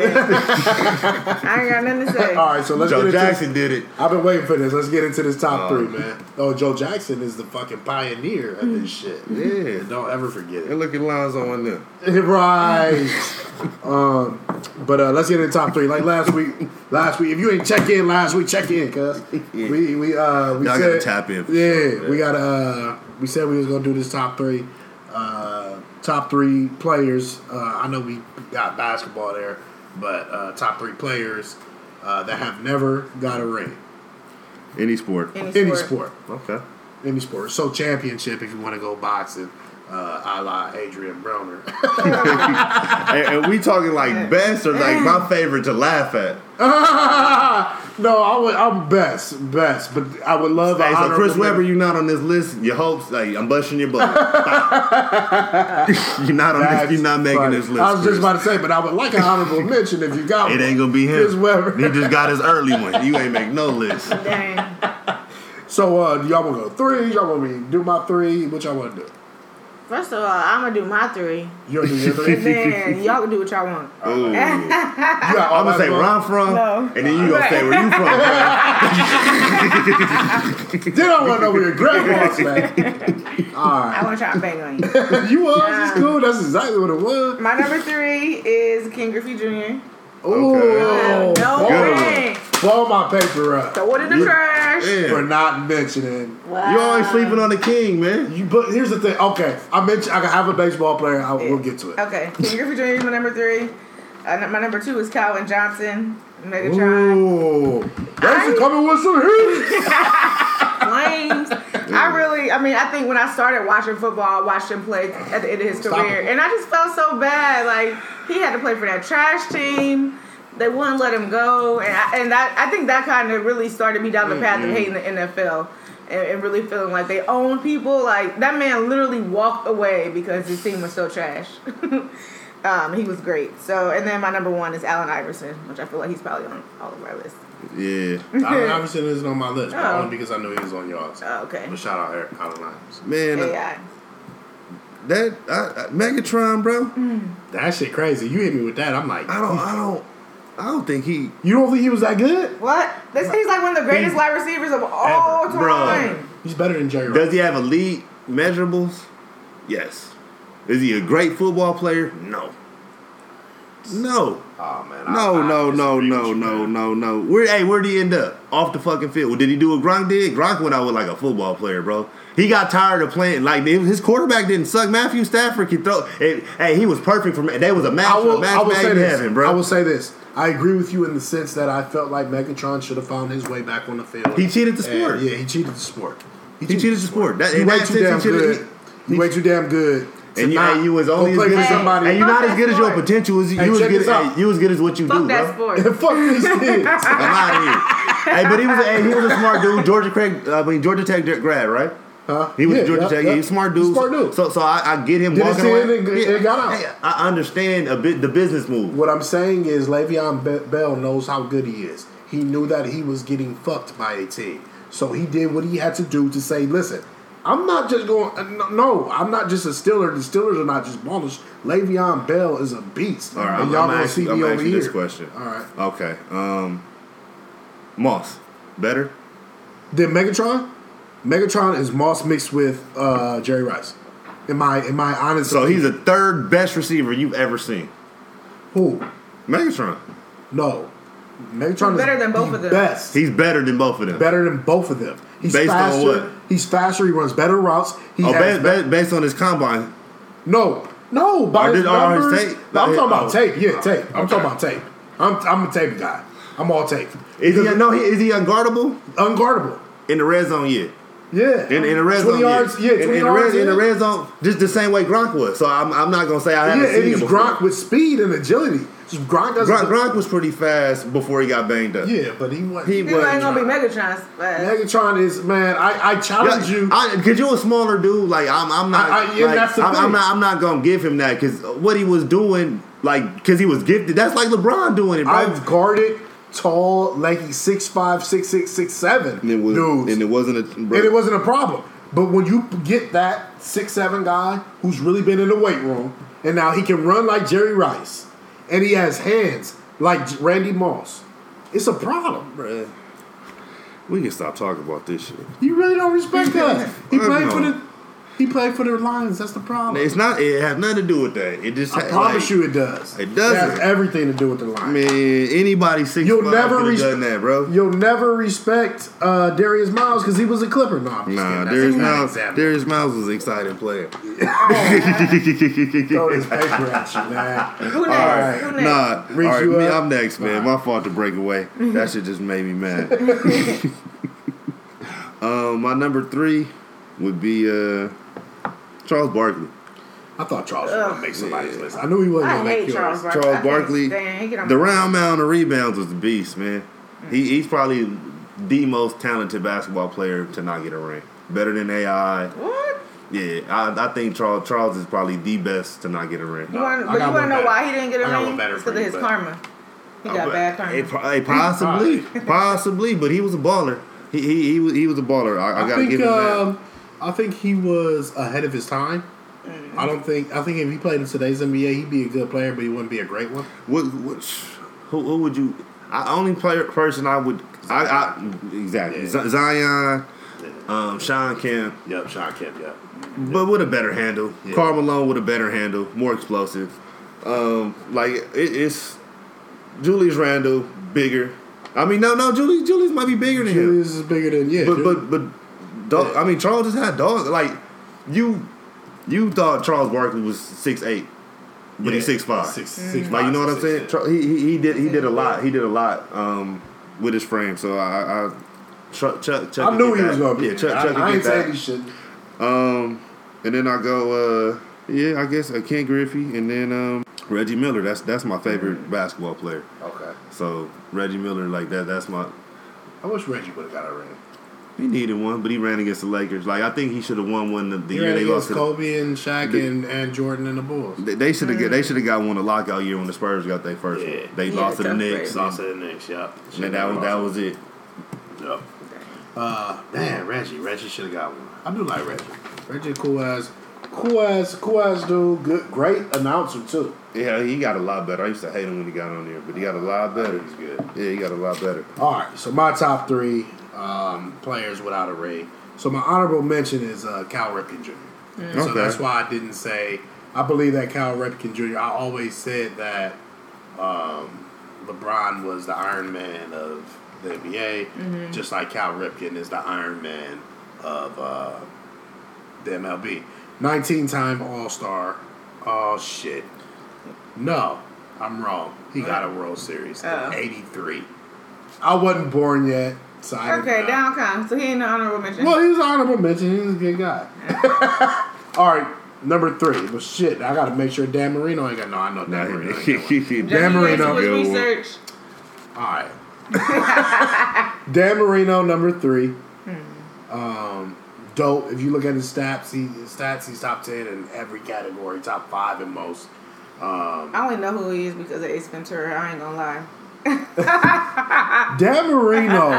A: I ain't got nothing to say.
C: <laughs> All right, so let's get
B: Joe
C: into
B: Jackson did it.
C: I've been waiting for this. Let's get into this top
B: Oh.
C: three, man. Oh, Joe Jackson is the fucking pioneer of this
B: <laughs>
C: shit.
B: Yeah.
C: And don't ever forget
B: And
C: it. <laughs>
B: look at Lonzo on there.
C: right. um, but uh, let's get into top three. Like last week, last week. If you ain't check in last week, check
B: <laughs>
C: in, cuz we we uh we
B: Y'all
C: said,
B: gotta tap in for
C: Yeah,
B: sure, yeah.
C: we got uh we said we was gonna do this top three, uh top three players. Uh, I know we got basketball there, but uh, top three players uh, that have never got a ring.
B: Any sport.
C: Any sport.
B: Okay.
C: Any sport. So championship if you want to go boxing, uh, a la Adrian Broner. <laughs>
B: and, and we talking like best or like my favorite to laugh at.
C: no, I would, I'm best, best, but I would love.
B: Hey,
C: an
B: so Chris
C: honorable
B: Webber,
C: mention.
B: you not on this list. Your hopes, like I'm busting your butt. <laughs> you're not on
C: That's
B: this. You're not making
C: funny.
B: this list.
C: I was just
B: Chris.
C: about to say, but I would like an
B: <laughs>
C: honorable mention if you got
B: It
C: one.
B: ain't gonna be him.
C: Chris Webber.
B: He just got his early one. You ain't make no
C: <laughs>
B: list.
A: Dang.
C: So uh, y'all want to go three? Y'all want me to do my three? What y'all want to do?
A: First of all, I'm gonna do my three.
C: You want to do your
B: <laughs>
C: three?
A: And then y'all can do what y'all want. <laughs>
B: Ooh.
C: Eh. I'm
B: I'm gonna say where I'm from,
A: No.
B: and then you gonna say where you from. bro.
C: Then I want to know where your grandma's at.
B: <laughs>
C: All
A: I
C: right, <laughs>
A: want to try to bang on you.
C: you was it's cool. That's exactly what it was.
A: My number three is King Griffey Jr.
C: Ooh,
A: No
C: blow,
A: ring.
C: blow my paper up
A: Throw it in the trash.
B: Yeah.
C: for not mentioning
A: Wow.
C: <laughs>
B: You always sleeping on the king, man.
C: You, but here's the thing. Okay, I mentioned I have a baseball player. I, We'll get to it.
A: Okay, King Griffey Jr. is my number three. Uh, my number two is Calvin Johnson, Megatron.
C: Ooh, that's
A: I-
C: coming with some
A: <laughs>
C: heat.
A: Flames. I really, I mean, I think when I started watching football, I watched him play at the end of his
C: Stop
A: career,
C: it.
A: and I just felt so bad. Like he had to play for that trash team. They wouldn't let him go, and I, and that, I think that kind of really started me down the path of hating the NFL and, and really feeling like they own people. Like that man literally walked away because his team was so trash. <laughs> um, he was great. So, and then my number one is Allen Iverson, which I feel like he's probably on all of our lists.
B: Yeah.
C: Allen Iverson isn't on my list, but
A: Oh.
C: only because I knew he was on yours.
A: Oh, okay.
C: But shout out Eric Allen Iverson.
B: Man,
A: AI.
B: that I, I- Megatron, bro.
C: That shit crazy. You hit me with that. I'm like,
B: I don't, I don't, I don't think he.
C: you don't think he was that good?
A: What? They say he's like one of the greatest wide receivers of all
F: Ever. Bruh.
A: time.
C: He's better than Jerry.
F: Does he have elite measurables? Yes. Is he a great football player? No. No.
C: Oh man.
F: No, no, no,
C: disagree
F: no,
C: with you,
F: no,
C: man.
F: no, no. Where hey, where'd he end up? Off the fucking field. Well, did he do what Gronk did? Gronk went out with like a football player, bro. He got tired of playing. Like it- his quarterback didn't suck. Matthew Stafford could throw. Hey, hey, he was perfect for. ma- That was a match.
C: I will.
F: match
C: I will
F: made
C: say
F: in
C: this.
F: heaven, bro.
C: I will say this. I agree with you in the sense that I felt like Megatron should have found his way back on the field.
F: He cheated the
C: And,
F: sport.
C: yeah, he cheated the sport.
F: he cheated the sport. That,
C: You
F: in
C: way
F: that
C: too damn
F: sense, he cheated.
C: good. You way too damn good. to
F: And you,
C: not
F: and you was
C: go
F: only as
C: play
F: good
C: with
F: as
C: somebody.
F: And you not as good as your
A: Fuck that
F: potential. As you,
C: Hey,
F: you was
C: check
F: good.
C: this out.
F: hey, you was good as what you do,
A: Fuck
F: bro.
A: that sport.
C: <laughs> Fuck these
F: <laughs>
C: kids.
F: I'm out of here. hey, but he was a, hey, he was a smart dude. Georgia Craig, I mean Georgia Tech grad, right?
C: Huh?
F: He was
C: Yeah,
F: a Georgia
C: yeah,
F: Tech.
C: yeah.
F: He's a smart dude.
C: Smart dude.
F: So so I, I get him
C: Did his
F: walking
C: hand
F: away.
C: and- and got out.
F: Hey, I understand a bit the business move.
C: What I'm saying is Le'Veon Be- Bell knows how good he is. He knew that he was getting fucked by a team, so he did what he had to do to say, "Listen, I'm not just going. uh, no- No, I'm not just a Steeler. The Steelers are not just ballish. Le'Veon Bell is a beast,
B: All right,
C: and
B: I'm,
C: y'all
B: I'm
C: gonna
B: ask-
C: see
B: I'm
C: me over
B: asking
C: here."
B: this question.
C: All right,
B: Okay, um, Moss, better.
C: then Megatron. Megatron is Moss mixed with uh, Jerry Rice. In my in my honest,
B: So he's the third best receiver you've ever seen.
C: who?
B: Megatron.
C: No, Megatron is
A: Better than both
C: the
A: of them.
C: Best.
B: He's better than both of them.
C: better than both of them. He's
B: Based on
C: faster.
B: what?
C: He's faster. He runs better routes. He
B: oh,
C: has
B: ba-
C: be-
B: ba- based on his combine.
C: no, no.
B: Or
C: By his
B: did- or his
C: numbers,
B: tape?
C: No, I'm
B: By
C: talking
F: Oh.
C: about
B: his-
C: tape. Yeah, tape. I'm
B: okay.
C: talking about tape. I'm I'm a tape guy. I'm all tape.
F: Is he no? He, is he unguardable
C: Unguardable.
F: in the red zone? Yeah.
C: Yeah.
F: In, in the red
C: 20
F: zone,
C: yards. Yeah,
F: In-
C: 20
F: in, the
C: yards.
F: red, in the
C: yeah.
F: red zone, just the same way Gronk was. So I'm, I'm not gonna say I haven't
C: Yeah,
F: seen
C: and he's
F: him before.
C: Gronk with speed and agility. So Gronk doesn't.
F: Gronk, Gronk was pretty fast before he got banged up.
C: Yeah, but he was.
F: He
A: He's ain't gonna be Megatron's fast.
C: Megatron is man. I I challenge you.
F: I, Cause you're a smaller dude. Like I'm, I'm not.
C: I- I- yeah,
F: like,
C: that's the
F: I'm, I'm
C: thing.
F: not. I'm not gonna give him that. Cause what he was doing, like, cause he was gifted. That's like LeBron doing it, bro.
C: I've guarded tall, lanky, six five, six six, six seven
B: And it was,
C: dudes.
B: and it wasn't a. Bro,
C: and it wasn't a problem. But when you get that six seven guy who's really been in the weight room, and now he can run like Jerry Rice, and he has hands like Randy Moss, it's a problem.
B: bruh. We can stop talking about this shit.
C: You really don't respect that. He
B: Fuck
C: played for
B: no.
C: the he played for the Lions. That's the problem.
B: It's not. It has nothing to do with that. It just.
C: I
B: ha-
C: promise
B: like,
C: you, it does.
B: it doesn't.
C: It has everything to do with the Lions.
B: I mean, anybody six
C: You'll
B: five
C: never
B: could have
C: reach-
B: done that, bro.
C: You'll never respect uh, Darius Miles because he was a Clipper. No, I'm just
B: Nah,
C: kidding.
B: Darius
C: That's a bad
B: Miles.
C: example.
B: Darius Miles was an exciting player.
C: Throw
B: <laughs>
C: this paper at you, man.
A: Who next?
C: right.
A: Who next?
B: Nah,
C: Reach
B: all right,
C: you
B: me,
C: up.
B: I'm next, man. My fault to break away. That shit just made me mad. <laughs> um, my number three would be uh, Charles Barkley.
C: I thought Charles was gonna make somebody's list. I knew he wasn't
A: I
C: gonna make
A: hate
C: yours.
A: Charles Barkley.
B: Charles Barkley,
A: Dang, he get on
B: the
A: my-
B: round mound of rebounds was the beast, man. He, he's probably the most talented basketball player to not get a ring. Better than AI.
A: What?
B: Yeah, I, I think Charles Charles is probably the best to not get a ring.
A: You wanna,
C: I
A: but
C: got
A: you want
C: one
A: to know
C: better.
A: why he didn't get
C: I
A: a
C: got one
A: ring?
C: better
A: It's
C: for
A: because of
C: you,
A: his
C: but-
A: karma. He got
B: But-
A: bad
B: eh,
A: karma.
B: po- eh, possibly, possibly, but he was a baller. He he he was, he was a baller. I, I,
C: I
B: gotta
C: think
B: give him that.
C: um, I think he was ahead of his time. I don't think I think if he played in today's NBA, he'd be a good player, but he wouldn't be a great one.
B: What, what who, who would you? I only player person I would. I, I exactly
C: Yeah.
B: Z- Zion, um, Sean Kemp,
C: Yep, Sean Kemp. Yep.
B: but with a better handle.
C: Yeah.
B: Carl Malone with a better handle, more explosive. Um, like it, it's Julius Randle bigger. I mean, no, no, Julius Julius might be bigger than him.
C: Julius is bigger than yeah.
B: But
C: Julius-
B: but but dog, I mean Charles just had dogs. Like you you thought Charles Barkley was six eight, but he's
C: Yeah.
B: six five.
C: Six- six
B: like you
C: five,
B: know what I'm
C: six,
B: saying?
C: six.
B: Char- He, he he did he did a lot. He did a lot um, with his frame. So I. I Chuck, Chuck, Chuck
C: I
B: could
C: knew
B: get
C: he was
B: that.
C: gonna be.
B: Yeah, Chuck,
C: I,
B: Chuck could
C: I
B: get
C: ain't
B: that.
C: saying he shouldn't.
B: Um, and then I go, uh, yeah, I guess uh, Ken Griffey, and then um, Reggie Miller. That's that's my favorite
C: Mm.
B: basketball player.
C: Okay.
B: So Reggie Miller, like that, that's my.
C: I wish Reggie would have got a ring.
B: He needed one, but he ran against the Lakers. Like I think he should have won one the, the
C: He
B: year
C: ran
B: they lost.
C: against
B: To the,
C: Kobe and Shaq and, and Jordan and the Bulls.
B: they they should have get they should have got one the lockout year when the Spurs got their first
C: Yeah.
B: one. They
A: Yeah,
B: lost to the
A: tough
B: Knicks.
A: break.
B: And,
C: to the Knicks. Yep.
B: and that was that was it.
C: Yep. Uh, man, Reggie, Reggie should have got one. I do like Reggie. Reggie, a cool ass, cool ass, cool ass dude. Good, great announcer too.
B: Yeah, he got a lot better. I used to hate him when he got on there, but he got a lot better. He's good. Yeah, he got a lot better.
C: All right, so my top three um, players without a ring. So my honorable mention is uh, Cal Ripken Jr. So
B: Okay.
C: that's why I didn't say. I believe that Cal Ripken Jr. I always said that um, LeBron was the Iron Man of the NBA, just like Cal Ripken is the Iron Man of uh, the MLB. 19 time All Star. Oh, shit. No, I'm wrong. He got a World Series in
A: Oh.
C: 83. I wasn't born yet, so I didn't
A: Okay,
C: know.
A: down come. So he ain't no honorable mention.
C: Well, he was an honorable mention. He was a good guy. <laughs> All right, number three. But shit, I gotta make sure Dan Marino ain't got. No, I know Dan Marino. ain't got one.
A: Judge,
C: Dan
A: you went to
C: Marino.
A: his
B: Good one.
A: research.
C: All right. Dan Marino, number three. Um, dope. If you look at his stats, he his stats he's top ten in every category, top five in most. Um,
A: I only know who he is because of Ace Ventura. I ain't gonna lie.
C: Dan Marino,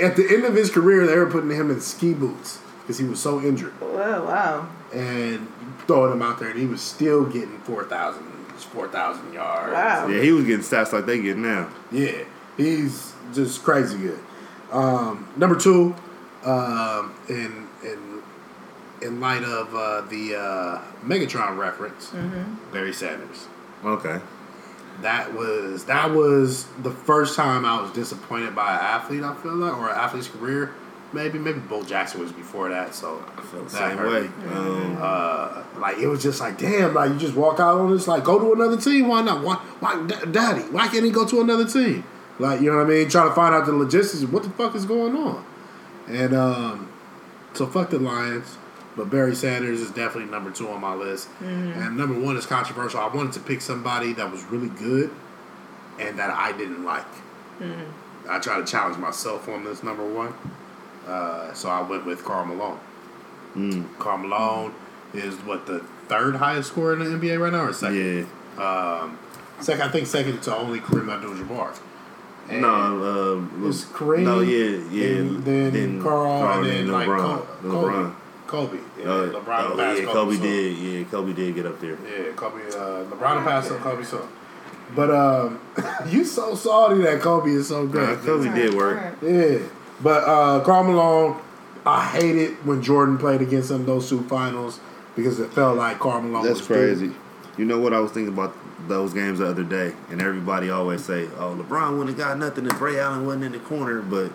C: at the end of his career, they were putting him in ski boots because he was so injured.
A: Whoa, wow.
C: and throwing him out there, and he was still getting 4,000 4,000 yards.
A: Wow.
B: <laughs> Yeah, he was getting stats like they get now.
C: Yeah, he's just crazy good. Um, number two, um, in in in light of uh, the uh, Megatron reference, Barry Sanders.
B: Okay.
C: That was that was the first time I was disappointed by an athlete. I feel like, or an athlete's career. Maybe maybe Bo Jackson was before that, so I
B: Felt the same way. <laughs> Um,
C: uh, like it was just like damn, like you just walk out on this, like go to another team. Why not? Why, why, D- daddy? Why can't he go to another team? Like you know what I mean? Trying to find out the logistics. of What the fuck is going on? And um, so fuck the Lions. But Barry Sanders is definitely number two on my list, and number one is controversial. I wanted to pick somebody that was really good and that I didn't like. I tried to challenge myself on this number one, uh, so I went with Carl Malone. Carl Malone is what the third highest scorer in the NBA right now, or second?
B: yeah.
C: Second, I think second to only Kareem Abdul-Jabbar. And
B: No, uh,
C: it was
B: Le-
C: Kareem.
B: No, yeah, yeah.
C: and then, Carl, and then like
B: LeBron.
C: Kobe,
B: LeBron.
C: Kobe, yeah,
B: Uh,
C: LeBron
B: oh,
C: passed
B: yeah,
C: Kobe
B: Kobe
C: so-
B: did. Yeah, Kobe did get up there.
C: Yeah, Kobe. Uh, LeBron passed on Kobe so. But um, <laughs> you so salty that Kobe is so
B: Nah,
C: great.
B: Kobe did work.
A: Alright.
C: Yeah, but uh, Karl Malone, I hated when Jordan played against him those two finals because it felt like Karl Malone.
B: That's
C: was
B: crazy.
C: Due.
B: You know what I was thinking about those games the other day, and everybody always say, "Oh, LeBron wouldn't have got nothing if Ray Allen wasn't in the corner." But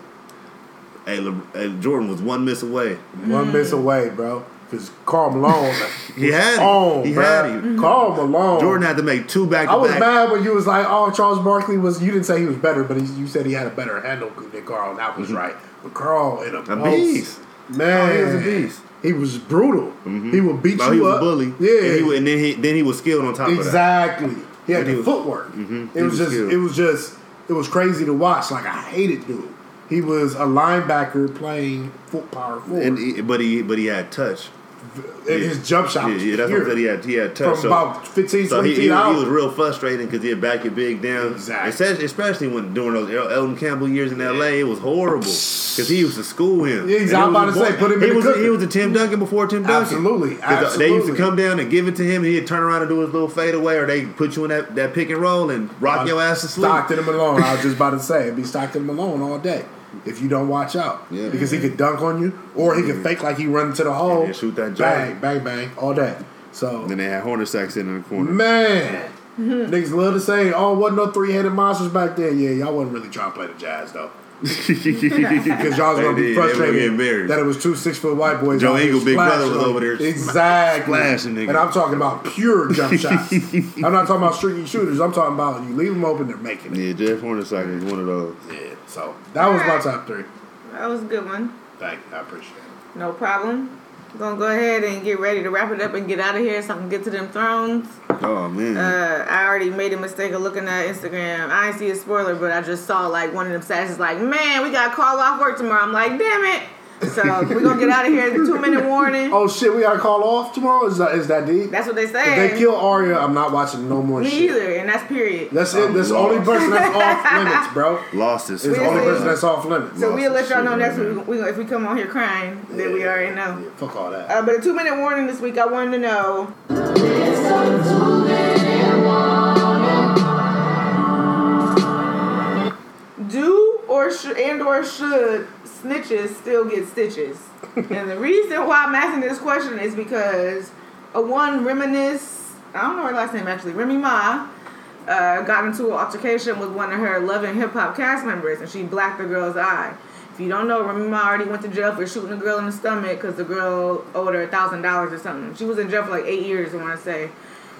B: hey, Le- hey Jordan was one miss away.
C: One miss away, bro. Because Carl Malone,
B: <laughs> He had him.
C: on,
B: he
C: bro.
B: had him.
C: Carl Malone.
B: Jordan had to make two back
C: I
B: to
C: was
B: back.
C: mad when you was like, "Oh, Charles Barkley was." You didn't say he was better, but he, you said he had a better handle than Carl. And that was right. But Carl in a,
B: Mm-hmm. A
C: post,
B: beast.
C: man.
B: Oh, he was a beast.
C: He was brutal. He would beat
B: No,
C: you
B: he was
C: up.
B: a bully.
C: Yeah,
B: and, he, wa- and then he then he was skilled on top of that.
C: Exactly. He had
B: And
C: the
B: he was- Mm-hmm.
C: footwork. It
B: He
C: was,
B: was
C: just
B: skilled.
C: it was just it was crazy to watch. Like I hated dude. He was a linebacker playing foot power forward.
B: And he, but he but he had touch.
C: And
B: yeah.
C: his jump
B: Yeah,
C: shot was
B: yeah, that's what I'm
C: pure.
B: saying. He had he had touch.
C: from
B: so-
C: about 15,
B: So
C: 20
B: he, he,
C: feet
B: was-
C: out.
B: he was real frustrating because he'd back your big down.
C: Exactly.
B: Especially, especially when during those El- Elton Campbell years in L.A., it was horrible because he used to school him.
C: Yeah, exactly.
B: And it
C: I'm
B: was
C: about
B: a
C: to say,
B: boy-
C: put him
B: he
C: in the
B: was
C: cooker.
B: he was a Tim Duncan before Tim Duncan.
C: Absolutely,
B: 'Cause They used to
C: absolutely.
B: come down and give it to him, and he'd turn around and do his little fadeaway, or they put you in that, that pick and roll and
C: Uh,
B: rock your ass to sleep.
C: Stockton and Malone. I was just about to say, it'd be Stockton and Malone all day if you don't watch out.
B: Yeah.
C: Because he could dunk on you, or he could fake like he run into the hole.
B: And then shoot that
C: bang, bang, bang, all day. So
B: Then they had Hornacek sitting in the corner.
C: man, niggas love to say, "Oh, wasn't no three headed monsters back then." Yeah, y'all wasn't really trying to play the Jazz though, because
B: <laughs>
C: y'all was
B: They did.
C: gonna be
B: They were getting
C: frustrated
B: embarrassed.
C: that it was two six foot white boys.
B: Joe
C: out here
B: Ingles' big brother was
C: splashing
B: over there
C: on- exactly
B: splashing, nigga.
C: And I'm talking about
B: <laughs>
C: pure jump shots. I'm not talking about streaky shooters. I'm talking about you leave them open, they're making
B: <laughs>
C: it.
B: yeah, Jeff Hornacek is one of those.
C: Yeah, so that was my top three.
A: That was a good one.
C: Thank you, I appreciate it.
A: No problem. We're gonna go ahead and get ready to wrap it up and get out of here so I can get to them thrones.
B: Oh man.
A: Uh, I already made a mistake of looking at Instagram. I didn't see a spoiler, but I just saw like one of them sashes like, man, we got to call off work tomorrow. I'm like, damn it. So we're gonna get out of here. The two minute warning.
C: Oh shit, we gotta call off tomorrow. Is that is that deep?
A: That's what they say.
C: If they kill Arya, I'm not watching no more
A: Me
C: shit.
A: either, and that's period.
C: That's it.
B: I'm
C: That's the only
B: lost.
C: person that's off limits, bro.
B: Lost his.
C: It's the only
A: Really?
C: person that's off limits.
A: So we'll let
B: Lost
A: y'all
B: the
A: know
B: shit,
A: next
B: man.
A: week we, if we come on here crying that we already know.
C: Yeah, fuck all that.
A: Uh, but a two minute warning this week. I wanted to know. Do or sh- and or should snitches still get
C: <laughs>
A: stitches? and the reason why I'm asking this question is because a one reminisce I don't know her last name actually Remy Ma uh, got into an altercation with one of her Love and Hip Hop cast members, and she blacked the girl's eye. If you don't know, Remy Ma already went to jail for shooting a girl in the stomach because the girl owed her a thousand dollars or something. She was in jail for like eight years, I want to say.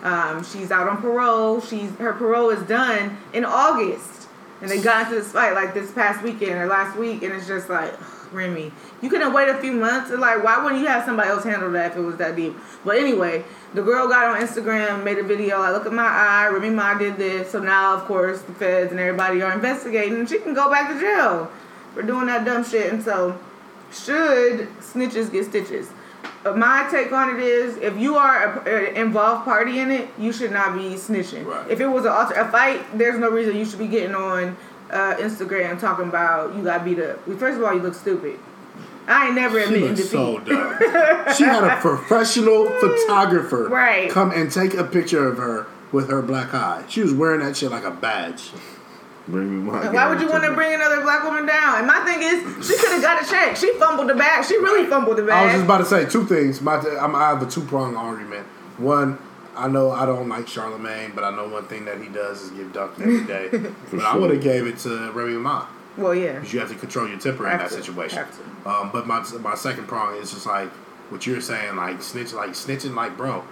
A: Um, she's out on parole. She's her parole is done in August, and they got into this fight like this past weekend or last week, and it's just like <sighs> Remy, you couldn't wait a few months. It's Like, why wouldn't you have somebody else handle that if it was that deep? But anyway, the girl got on Instagram, made a video. Like, look at my eye. Remy Ma did this, so now of course the feds and everybody are investigating. and She can go back to jail for doing that dumb shit, and so should snitches get stitches? Uh, My take on it is, if you are a, an involved party in it, you should not be snitching.
C: Right.
A: If it was an alter, a fight, there's no reason you should be getting on uh, Instagram talking about you got beat up. Well, First of all, you look stupid. I ain't never
C: She
A: admitting
C: looks
A: defeat.
C: so dumb.
A: <laughs>
C: she had a professional photographer
A: Right.
C: come and take a picture of her with her black eye. She was wearing that shit like a badge.
A: Why would you want to bring another black woman down? And my thing is, she could have got a check. She fumbled the bag. She really fumbled the
C: I was just
A: bag.
C: about to say two things. My I'm, I have a two pronged argument. One, I know I don't like Charlemagne, but I know one thing that he does is give dunked every day. but I
B: sure.
C: would have gave it to Remy Ma.
A: Well,
C: <laughs>
A: yeah.
C: because you have to control your temper in
A: Have
C: that
A: to.
C: situation.
A: Have
C: Um, but my my second prong is just like what you're saying, like snitch, like snitching, like bro,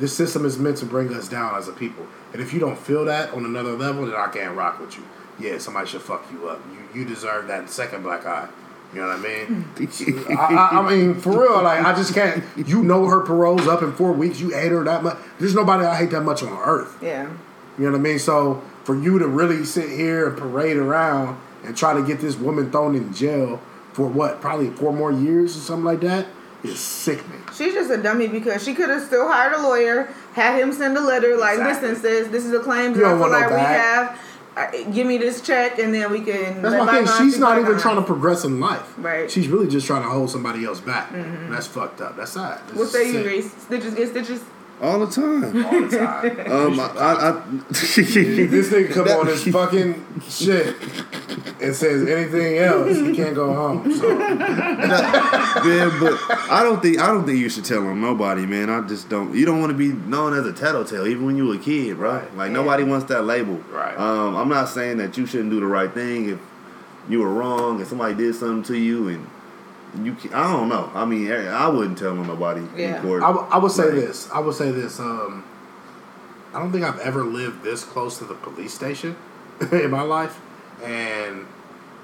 C: this system is meant to bring us down as a people, and if you don't feel that on another level, then I can't rock with you. Yeah, somebody should fuck you up. You you deserve that second black eye. You know what I mean? I, I, I mean, for real, like I just can't. You know her parole's up in four weeks. You hate her that much. There's nobody I hate that much on earth.
A: Yeah.
C: You know what I mean? So for you to really sit here and parade around and try to get this woman thrown in jail for what, probably four more years or something like that, is sickening.
A: She's just a dummy because she could have still hired a lawyer, had him send a letter like,
C: Exactly.
A: listen, sis, this is the claims
C: You
A: that I
C: don't
A: feel
C: want no
A: like we
C: bag.
A: have. I, give me this check and then we can.
C: That's
A: let
C: my thing.
A: bygones
C: She's
A: be
C: not even
A: bygones.
C: trying to progress in life.
A: Right.
C: She's really just trying to hold somebody else back. And that's fucked up. That's sad. This
A: What
C: is
A: say you,
C: sick.
A: Reese? Stitches get stitches.
B: All the time.
C: All the time.
B: Um, I, I, I, <laughs>
C: this nigga come on his fucking shit and says anything else, he can't go home. So
B: yeah, but I don't think I don't think you should tell on nobody, man. I just don't. You don't want to be known as a tattletale, even when you were a kid, bro.
C: Right.
B: Like nobody wants that label.
C: Right.
B: Um, I'm not saying that you shouldn't do the right thing if you were wrong and somebody did something to you and you. ca- I don't know. I mean, I I wouldn't tell on nobody
A: Yeah.
B: in court.
C: I, w- I would say
B: Right.
C: this. I would say this. Um, I don't think I've ever lived this close to the police station <laughs> in my life, and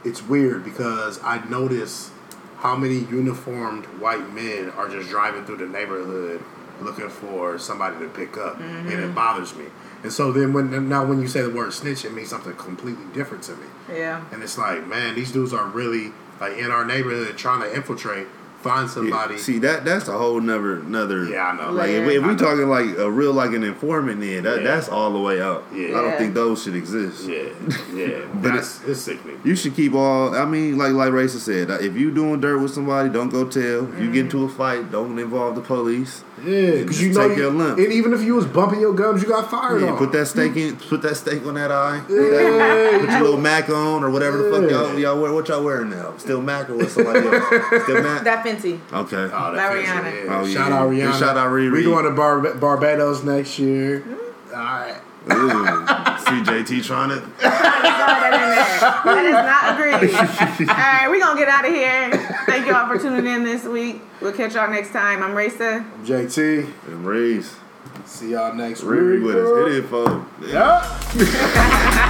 C: it's weird because I notice how many uniformed white men are just driving through the neighborhood looking for somebody to pick up, and it bothers me. And so then when now when you say the word snitch, it means something completely different to me.
A: Yeah.
C: And it's like, man, these dudes are really like in our neighborhood trying to infiltrate, find
B: Yeah.
C: somebody.
B: See that that's a whole nother another.
C: Yeah, I know.
B: Like if, we- if we talking like a real like an informant, then that,
C: Yeah.
B: that's all the way up.
C: Yeah.
B: I don't
A: Yeah.
B: think those should exist.
C: Yeah, yeah.
B: <laughs> But
C: That's it's sickening.
B: You should keep all. I mean, like like Racer said, uh, if you doing dirt with somebody, don't go tell. If You get
A: Mm.
B: into a fight, don't involve the police.
C: Yeah, because you
B: Just
C: know,
B: take your
C: you-
B: lump.
C: and even if you was bumping your gums, you got fired.
B: Yeah,
C: on.
B: put that stake in. Put that stake on that eye.
C: Yeah.
B: Put your little Mac on or whatever the fuck
C: Yeah.
B: y'all y'all wear. What y'all wearing now? Still Mac or what? Somebody else? Still Mac.
A: <laughs> <laughs> That Fenty.
B: Okay.
C: Oh,
A: By
C: that feels-
A: Rihanna.
C: yeah.
B: Oh, yeah.
C: Shout out
B: Yeah,
C: Rihanna.
B: shout out Riri.
C: We going to Bar- Barbados next year. All right.
B: Ooh, CJT trying
C: <laughs>
B: to.
A: that is not
C: <laughs>
A: agreed. All right, we're going to get out of here. Thank y'all for tuning in this week. We'll catch y'all next time. I'm Raisa.
C: JT,
B: And Reese,
C: see y'all next
B: Riri
C: week.
B: with us. It is, folks.
C: Yeah.